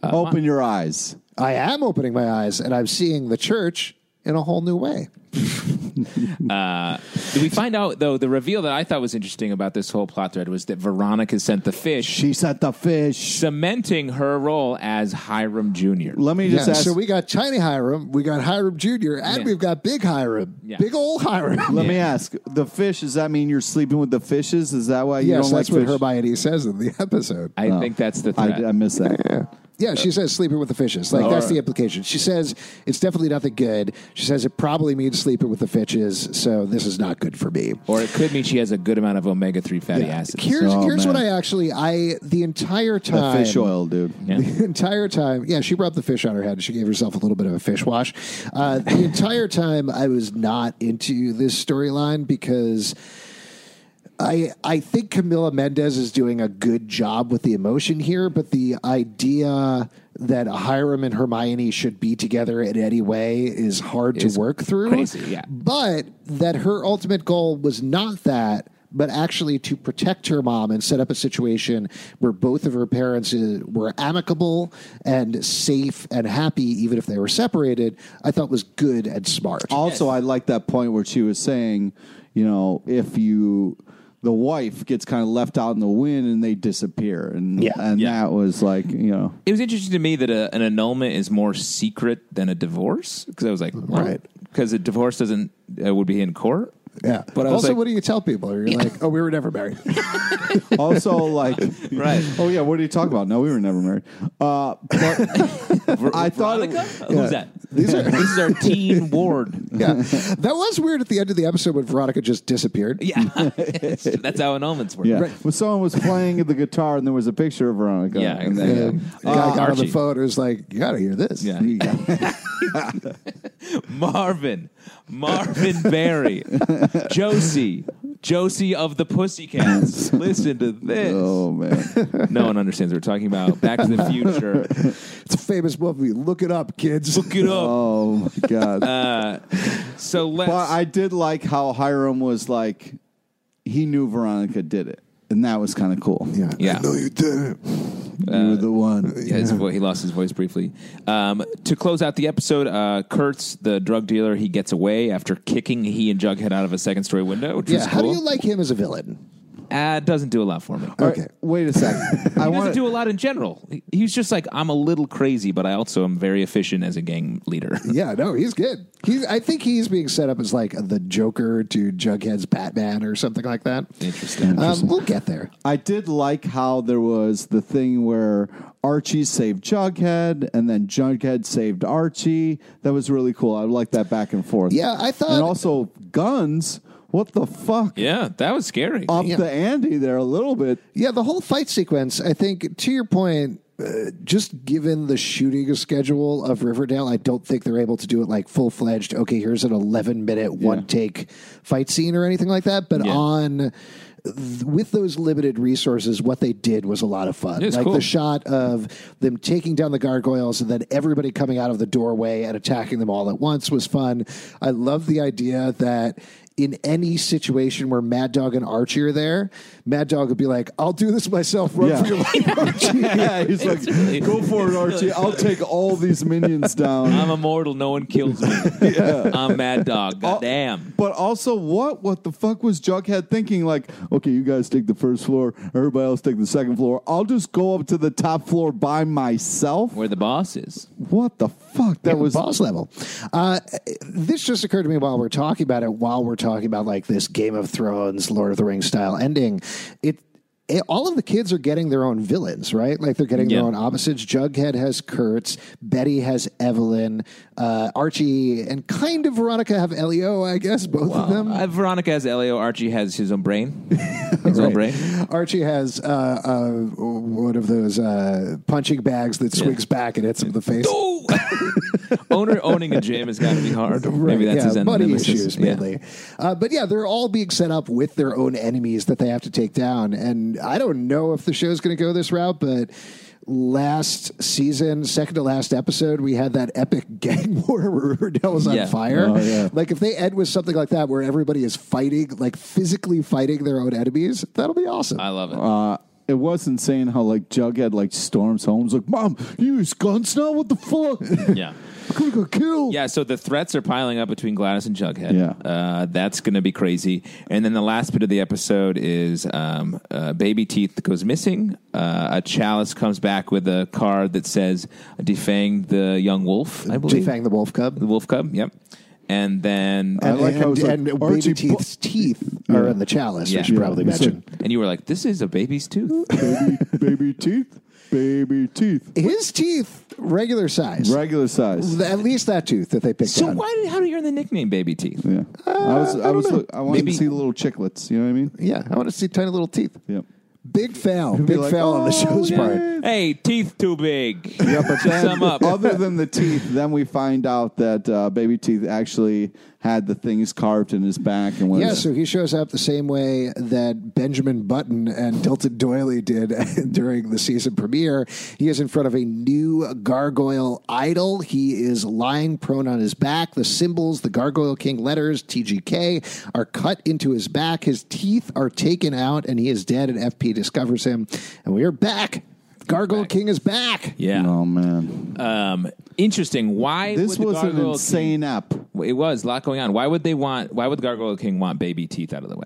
Uh, Open your eyes. I am opening my eyes and I'm seeing the church in a whole new way. Did we find out though the reveal that I thought was interesting about this whole plot thread was that Veronica sent the fish, She set the fish. cementing her role as Hiram Jr. Let me Yeah, just ask. so we got Tiny Hiram, we got Hiram Jr., and Yeah. we've got Big Hiram, Yeah. Big Old Hiram. [laughs] let me ask. The fish. Does that mean you're sleeping with the fishes? Is that why you yes, don't that's like what fish? Hermione says in the [laughs] episode. I think that's the thread. Oh. I, I miss that. Yeah, she says sleeping with the fishes. Like that's the implication. She says it's definitely nothing good. She says it probably means sleeping with the fishes, so this is not good for me. or it could mean she has a good amount of omega three fatty acids. Here's Oh, here's what man. I actually I the entire The time fish oil, dude. [laughs] The entire time, yeah, she rubbed the fish on her head. and She gave herself a little bit of a fish wash. Uh, the entire time, I was not into this storyline because I I think Camila Mendez is doing a good job with the emotion here, but the idea that Hiram and Hermione should be together in any way is hard Is to work through. crazy, yeah. But that her ultimate goal was not that, but actually to protect her mom and set up a situation where both of her parents uh, were amicable and safe and happy, even if they were separated, I thought was good and smart. Also, I like that point where she was saying, you know, if you the wife gets kind of left out in the wind and they disappear, and Yeah. and Yeah. that was like, you know, It was interesting to me that a, an annulment is more secret than a divorce because I was like, Right. because a divorce doesn't uh, would be in court. yeah. But I was also, like- what do you tell people? You're like, oh, we were never married. also like, [laughs] Right. oh yeah, what are you talking about? No, we were never married. Uh, [laughs] but I thought it- Veronica? Who's that? [laughs] These are this is our teen ward. yeah. That was weird at the end of the episode when Veronica just disappeared. [laughs] [laughs] Yeah, that's how annulments work. Yeah. Well, someone was playing the guitar and there was a picture of Veronica. Yeah, and they- exactly. The guy got on the Archie. phone and was like, you got to hear this. Yeah. Marvin, Marvin Barry, Josie, Josie of the Pussycats. Listen to this. Oh, man. No one understands what we're talking about. Back to the Future. [laughs] It's a famous movie. Look it up, kids. Look it up. Oh, my God. Uh, So let's. but I did like how Hiram was like, he knew Veronica did it, and that was kind of cool. Yeah. Yeah. No, you didn't. you Uh, were the one. Yeah, his vo- he lost his voice briefly. Um, to close out the episode, uh, Kurtz, the drug dealer, he gets away after kicking he and Jughead out of a second story window, which Yeah. is How do cool. you like him as a villain? uh, doesn't do a lot for me. All right, Okay. wait a second. I um, He doesn't want do a lot in general. He- He's just like I'm a little crazy, but I also am very efficient as a gang leader. Yeah, no, he's good. He's. I think he's being set up as like the Joker to Jughead's Batman or something like that. Interesting. Um, we'll get there. I did like how there was the thing where Archie saved Jughead, and then Jughead saved Archie. That was really cool. I like that back and forth. Yeah, uh, I thought- and also guns. What the fuck? [laughs] Yeah, that was scary. Up Yeah. the Andy there a little bit. Yeah, the whole fight sequence, I think, to your point, uh, just given the shooting schedule of Riverdale, I don't think they're able to do it like full fledged, okay, here's an 11 minute one take fight scene or anything like that. But Yeah. on. th- With those limited resources, what they did was a lot of fun. It was Like cool. the shot of them taking down the gargoyles and then everybody coming out of the doorway and attacking them all at once was fun. I love the idea that in any situation where Mad Dog and Archie are there, Mad Dog would be like, I'll do this myself. Run Yeah. for your life, Archie. Yeah, [laughs] he's like, go for it, Archie. I'll take all these minions down. I'm immortal. No one kills me. [laughs] I'm Mad Oh. Dog. God damn. But also, what what the fuck was Jughead thinking? Like, okay, you guys take the first floor, everybody else take the second floor. I'll just go up to the top floor by myself. Where the boss is. What the fuck? That was boss level. Uh, this just occurred to me while we're talking about it. While we're talking about like this Game of Thrones, Lord of the Rings style ending, it. it- all of the kids are getting their own villains, right? Like they're getting Yeah. their own opposites. Jughead has Kurtz, Betty has Evelyn, uh, Archie, and kind of Veronica have Elio, I guess, both of them. Uh, Veronica has Elio. Archie has his own [laughs] brain. His own brain. Archie has uh, uh, one of those uh, punching bags that swings back and hits him in the face. Ooh. [laughs] Owner owning a gym has got to [laughs] be hard. Maybe that's yeah, his end buddy nemesis. issues Yeah. mainly. Uh, but yeah, they're all being set up with their own enemies that they have to take down. And I don't know if the show's going to go this route, but last season, second to last episode, we had that epic [laughs] gang war where Riverdale was on Yeah. fire. Oh, yeah. Like if they end with something like that, where everybody is fighting, like physically fighting their own enemies, that'll be awesome. I love it. uh, it was insane how like Jughead like storms home. He's like, Mom, you use guns now? What the fuck? yeah. Could go kill. Yeah, so the threats are piling up between Gladys and Jughead. Yeah. Uh, that's going to be crazy. And then the last bit of the episode is um, uh, Baby Teeth goes missing. Uh, a chalice comes back with a card that says Defang the Young Wolf, I believe. Defang the Wolf Cub. The Wolf Cub, yep. And then. I like and, how it's like, and baby Archie teeth's teeth are in the chalice. Yeah. I should Yeah. probably It's like- mention. uh, and you were like, this is a baby's tooth. baby, baby teeth, baby teeth, His teeth, regular size. regular size. At least that tooth that they picked So out. why did how do you earn the nickname Baby Teeth? Yeah, I was, I, was, look, I wanted Maybe- to see the little chicklets. You know what I mean? Yeah, I want to see tiny little teeth. Yep. Big fail. Big like, fail on the "Oh, show's yeah." part. Hey, teeth [laughs] too big. Yeah, but then, Sum up. other than the teeth, then we find out that uh, Baby Teeth actually had the things carved in his back and was Yeah, so he shows up the same way that Benjamin Button and [laughs] Delton Doily did [laughs] during the season premiere. He is in front of a new gargoyle idol. He is lying prone on his back. The symbols, the Gargoyle King letters, TGK, are cut into his back. His teeth are taken out, and he is dead, and FP discovers him. And we are back. Gargoyle King is back. Yeah. Oh man, Um, interesting. Why this would the was an Gargoyle insane app. King- it was a lot going on. Why would they want? Why would Gargoyle King want baby teeth out of the way?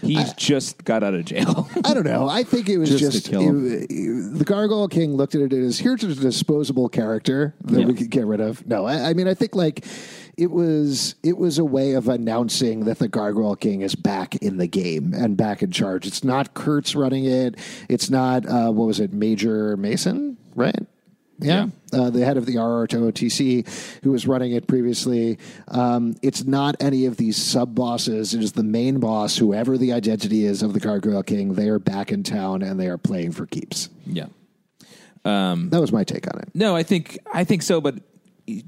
He's just got out of jail. [laughs] I don't know. I think it was Just just, to kill him. it- it- the Gargoyle King looked at it as here's a disposable character that we could get rid of. No, I, I mean I think like it was it was a way of announcing that the Gargoyle King is back in the game and back in charge. It's not Kurtz running it. It's not uh, what was it, Major Mason, right? Yeah. Uh, the head of the RRTOTC, who was running it previously. Um, it's not any of these sub bosses. It is the main boss, whoever the identity is of the Gargoyle King. They are back in town and they are playing for keeps. yeah. Hmm. That was my take on it. No, I think I think so, but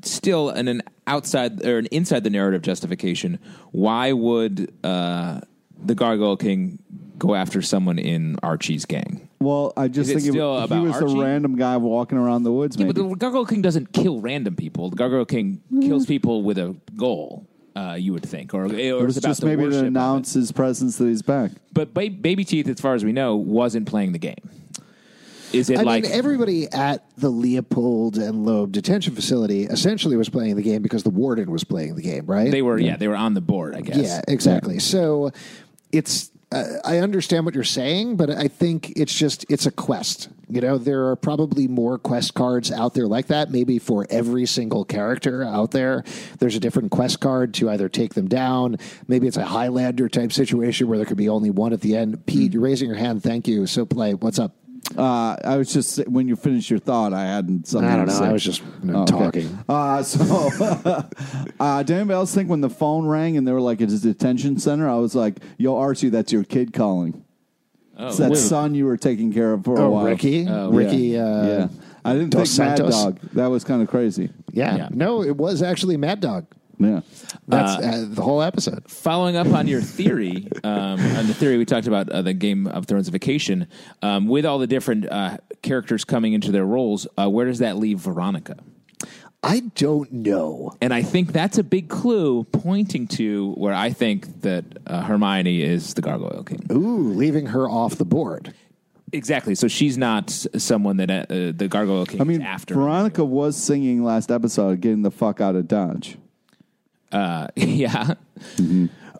still, in an outside or an inside the narrative justification, why would uh, the Gargoyle King go after someone in Archie's gang? Well, I just Is it think it, still he about was Archie? a random guy walking around the woods. Yeah, maybe. but the Gargoyle King doesn't kill random people. The Gargoyle King kills people with a goal. Uh, you would think, or, or Mm-hmm. It was it's about just the maybe to worship of it. announce his presence that he's back. But ba- Baby Teeth, as far as we know, wasn't playing the game. Is it I like mean, everybody at the Leopold and Loeb detention facility essentially was playing the game because the warden was playing the game, right? they were? Yeah, they were on the board. I guess. Yeah, exactly. So it's uh, I understand what you're saying, but I think it's just it's a quest. You know, there are probably more quest cards out there like that. Maybe for every single character out there, there's a different quest card to either take them down. Maybe it's a Highlander type situation where there could be only one at the end. Pete, you're raising your hand. Thank you. So play. What's up? Uh, I was just when you finished your thought, I hadn't. Something I don't to know. say. I was just Oh, okay. talking. Uh, so, [laughs] uh, did anybody else think when the phone rang and they were like, "It's a detention center," I was like, "Yo, Archie, that's your kid calling. it's that son you were taking care of for a Oh, while, Ricky, Yeah. Ricky. Uh, yeah, I didn't think Dos Mad Santos? Dog. That was kind of crazy. yeah, Yeah. No, it was actually Mad Dog. Yeah, That's uh, the whole episode. following up on [laughs] your theory, um, on the theory we talked about uh, the Game of Thronesification, um, with all the different uh, characters coming into their roles, uh, where does that leave Veronica? I don't know. And I think that's a big clue pointing to where I think that uh, Hermione is the Gargoyle King. Ooh, leaving her off the board. Exactly. So she's not s- someone that uh, the Gargoyle King I mean, is after. Veronica was singing last episode, getting the fuck out of Dodge. Uh, [laughs] yeah.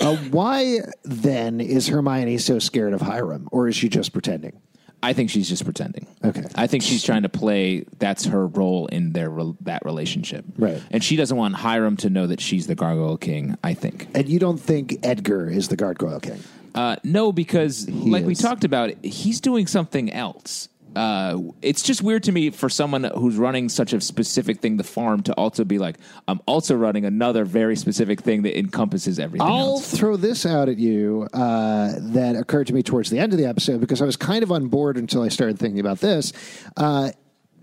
Uh, why then is Hermione so scared of Hiram, or is she just pretending? I think she's just pretending. Okay. I think she's trying to play that's her role in their rel- that relationship. Right. And she doesn't want Hiram to know that she's the Gargoyle King, I think. And you don't think Edgar is the Gargoyle King? Uh, no, because like we is. talked about, he's doing something else. Uh, it's just weird to me for someone who's running such a specific thing, the farm, to also be like, I'm also running another very specific thing that encompasses everything I'll else. throw this out at you uh, that occurred to me towards the end of the episode because I was kind of on board until I started thinking about this. Uh,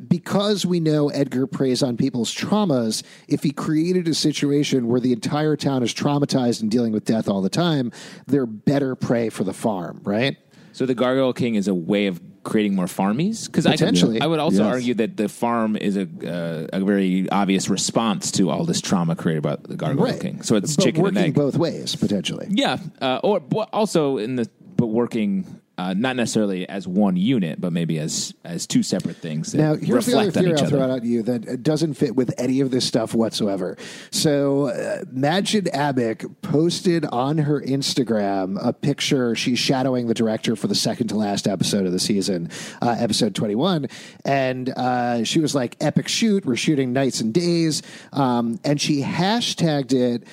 because we know Edgar preys on people's traumas, if he created a situation where the entire town is traumatized and dealing with death all the time, they're better prey for the farm, right? So the Gargoyle King is a way of creating more farmies because Potentially. I, would also Yes. argue that the farm is a uh, a very obvious response to all this trauma created by the Gargoyle Right. King. So it's but chicken working and egg. both ways potentially. Yeah, uh, or but also in the but working uh, not necessarily as one unit, but maybe as as two separate things. That Now, here's the other reflect theory on each I'll other. throw out at you that doesn't fit with any of this stuff whatsoever. So, uh, Majid Abik posted on her Instagram a picture. She's shadowing the director for the second to last episode of the season, uh, episode 21. And uh, she was like, epic shoot. We're shooting nights and days. Um, and she hashtagged it.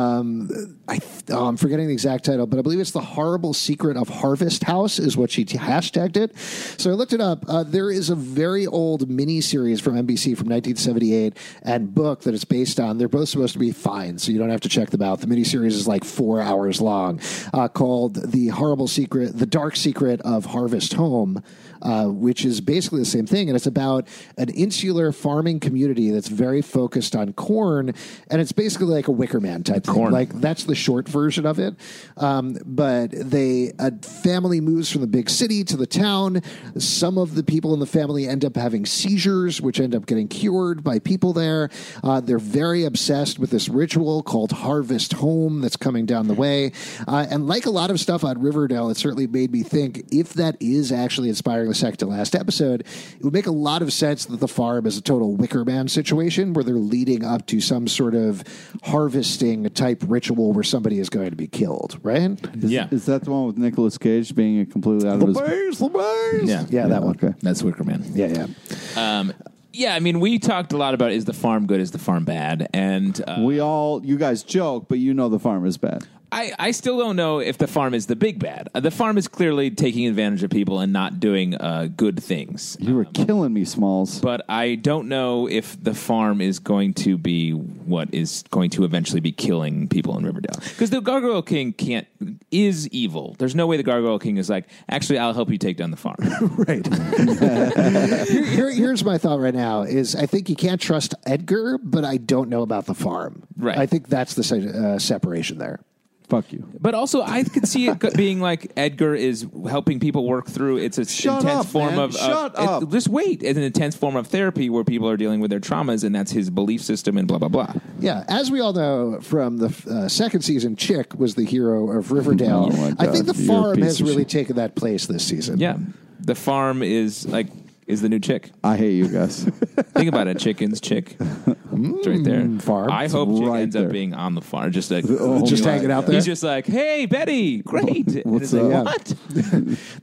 Um, I th- oh, I'm forgetting the exact title, but I believe it's The Horrible Secret of Harvest House, is what she t- hashtagged it. So I looked it up. Uh, there is a very old miniseries from NBC from 1978 and book that it's based on. They're both supposed to be fine, so you don't have to check them out. The miniseries is like four hours long uh, called The Horrible Secret, The Dark Secret of Harvest Home, uh, which is basically the same thing. And it's about an insular farming community that's very focused on corn. And it's basically like a Wicker Man type thing. corn. Like like that's the short version of it. Um, but they a family moves from the big city to the town. Some of the people in the family end up having seizures, which end up getting cured by people there. Uh, they're very obsessed with this ritual called Harvest Home that's coming down the way. Uh, and like a lot of stuff on Riverdale, it certainly made me think if that is actually inspiring the second to last episode, it would make a lot of sense that the farm is a total Wicker Man situation where they're leading up to some sort of harvesting type ritual where somebody is going to be killed, right? Is, Yeah. is that the one with Nicolas Cage being completely out of his? Yeah, Yeah, that one. Okay. that's Wicker Man. Yeah, yeah. Um, yeah, I mean, we talked a lot about is the farm good, is the farm bad, and uh, We all, you guys joke, but you know the farm is bad. I, I still don't know if the farm is the big bad. Uh, The farm is clearly taking advantage of people and not doing uh, good things. You were killing me, Smalls. But I don't know if the farm is going to be what is going to eventually be killing people in Riverdale. Because the Gargoyle King can't is evil. There's no way the Gargoyle King is like, actually, I'll help you take down the farm. Right. Here- here- here's my thought right now is I think you can't trust Edgar, but I don't know about the farm. Right. I think that's the se- uh, separation there. Fuck you. But also, I could see it co- being like Edgar is helping people work through. It's a Shut intense up, form man. of, of- Shut it's- up. Just wait. It's an intense form of therapy where people are dealing with their traumas, and that's his belief system, and blah blah blah. Yeah, as we all know from the uh, second season, Chick was the hero of Riverdale. Oh, my I God, think the you're a farm piece has of really shit. taken that place this season. Yeah, the farm is like is the new chick. I hate you [laughs] guys. Think [laughs] about it, chickens, chick. It's right there. farm. I hope chick Hmm, right ends there. up being on the farm, [laughs] just like Oh Just my hanging out He's there. just like, hey, Betty, great. And What's it's like, up? what?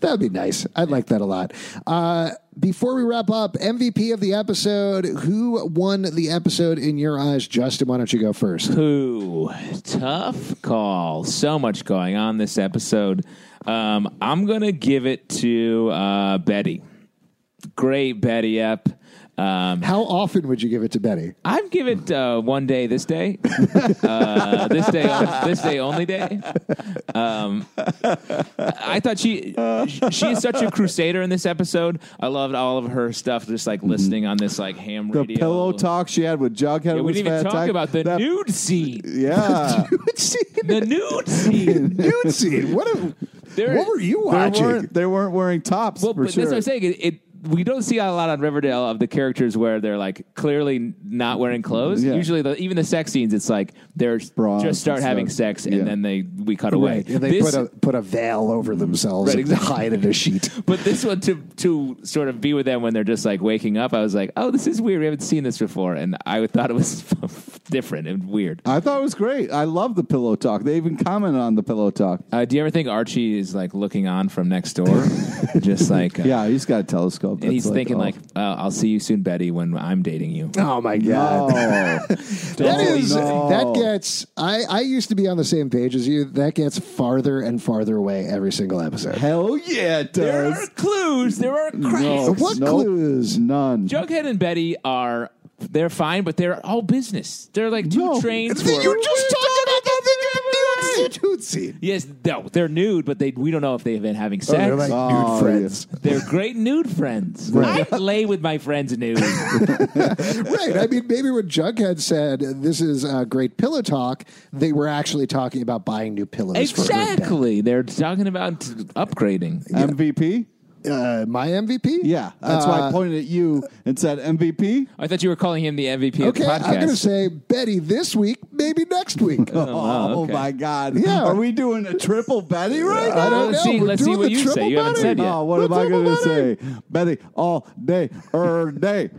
That would be nice. I'd like that a lot. Uh, before we wrap up, MVP of the episode. Who won the episode in your eyes? Justin, why don't you go first? Ooh, tough call. So much going on this episode. Um, I'm going to give it to uh, Betty. Great Betty up. Um, How often would you give it to Betty? I'd give it uh, one day this day. [laughs] uh, this day, this day only day. Um, I thought she she is such a crusader in this episode. I loved all of her stuff, just like listening on this like ham the radio. pillow talk she had with Jughead Yeah, we was didn't even talk fantastic. about the That- nude scene. Yeah. [laughs] The [laughs] nude scene. Nude scene. What? A, There- what were you they, watching? weren't, they weren't wearing tops Well, for but sure. that's what I'm saying. It, it we don't see a lot on Riverdale of the characters where they're like clearly not wearing clothes. Yeah. Usually, the, even the sex scenes, it's like they're Bras just start and having stuff. sex and Yeah. then they we cut away. And they This- put a put a veil over themselves Right, and exactly. hide in a sheet. but this one to to sort of be with them when they're just like waking up. I was like, oh, this is weird. We haven't seen this before, and I thought it was [laughs] different and weird. I thought it was great. I love the pillow talk. They even commented on the pillow talk. Uh, do you ever think Archie is like looking on from next door, [laughs] just like uh, Yeah, he's got a telescope. And he's That's thinking oh. [laughs] like, uh, "I'll see you soon, Betty, when I'm dating you." Oh my god. [laughs] Oh, That is no. that gets I I used to be on the same page as you. That gets farther and farther away every single episode. hell yeah, it There does. are clues. There are cracks. No, What nope, clues? None. Jughead and Betty are they're fine, but they're all business. They're like two No. trains. You were- just talked about the nude scene. Nude scene. yes, no, they're nude, but they we don't know if they've been having sex. They're they're, like Oh, nude friends. great nude [laughs] friends. I lay with my friends nude. right. I mean, maybe when Jughead said this is a great pillow talk, they were actually talking about buying new pillows. For her exactly. They're talking about upgrading. MVP? bed. uh, my MVP. Yeah, that's why I Uh, pointed at you and said MVP. I thought you were calling him the MVP of the Okay, podcast. I'm going to say Betty this week, maybe next week. Oh, wow, okay. Uh, my God! Yeah. Are we doing a triple Betty right I now? don't Let's know. see- We're let's see doing what the you say. triple You haven't Betty. said yet. Oh, what Let's am I talk going about to say, Betty? All day, er day.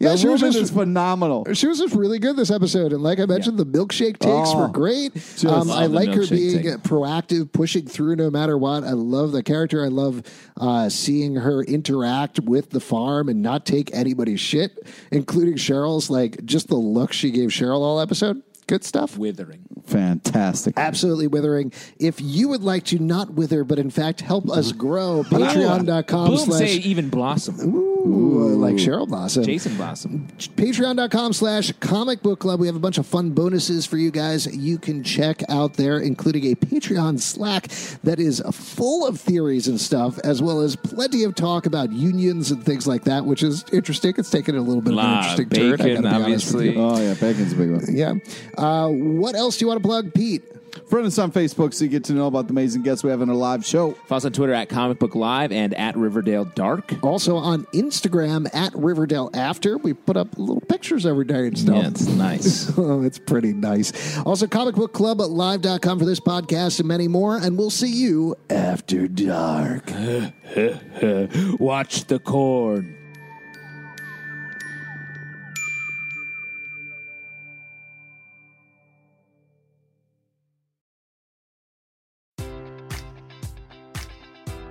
Yeah, the she was woman just- is phenomenal. She was just really good this episode, and like I mentioned, the milkshake takes Oh, were great. Um, love I the like her milkshake being take. proactive, pushing through no matter what. I love the character. I love uh, seeing her interact with the farm and not take anybody's shit, including Cheryl's. Like just the look she gave Cheryl all episode. Good stuff. Withering. Fantastic. Absolutely withering. If you would like to not wither, but in fact help us grow, patreon.com Bloom Mm-hmm. say slash even blossom. Ooh, like Cheryl Blossom. Jason Blossom. patreon.com slash comic book club we have a bunch of fun bonuses for you guys you can check out there including a patreon slack that is full of theories and stuff as well as plenty of talk about unions and things like that which is interesting it's taken a little bit of an Lot interesting of bacon, turn I gotta be honest obviously. with you. Oh yeah, bacon's a big one. yeah uh, what else do you want to plug pete Friend us on Facebook so you get to know about the amazing guests we have in our live show. Follow us on Twitter at Comic Book Live and at Riverdale Dark. also on instagram at riverdale after we put up little pictures every day and stuff Yeah, it's nice. Oh, [laughs] it's pretty nice. Also, comicbookclublive.com for this podcast and many more. And we'll see you after dark. [laughs] Watch the corn.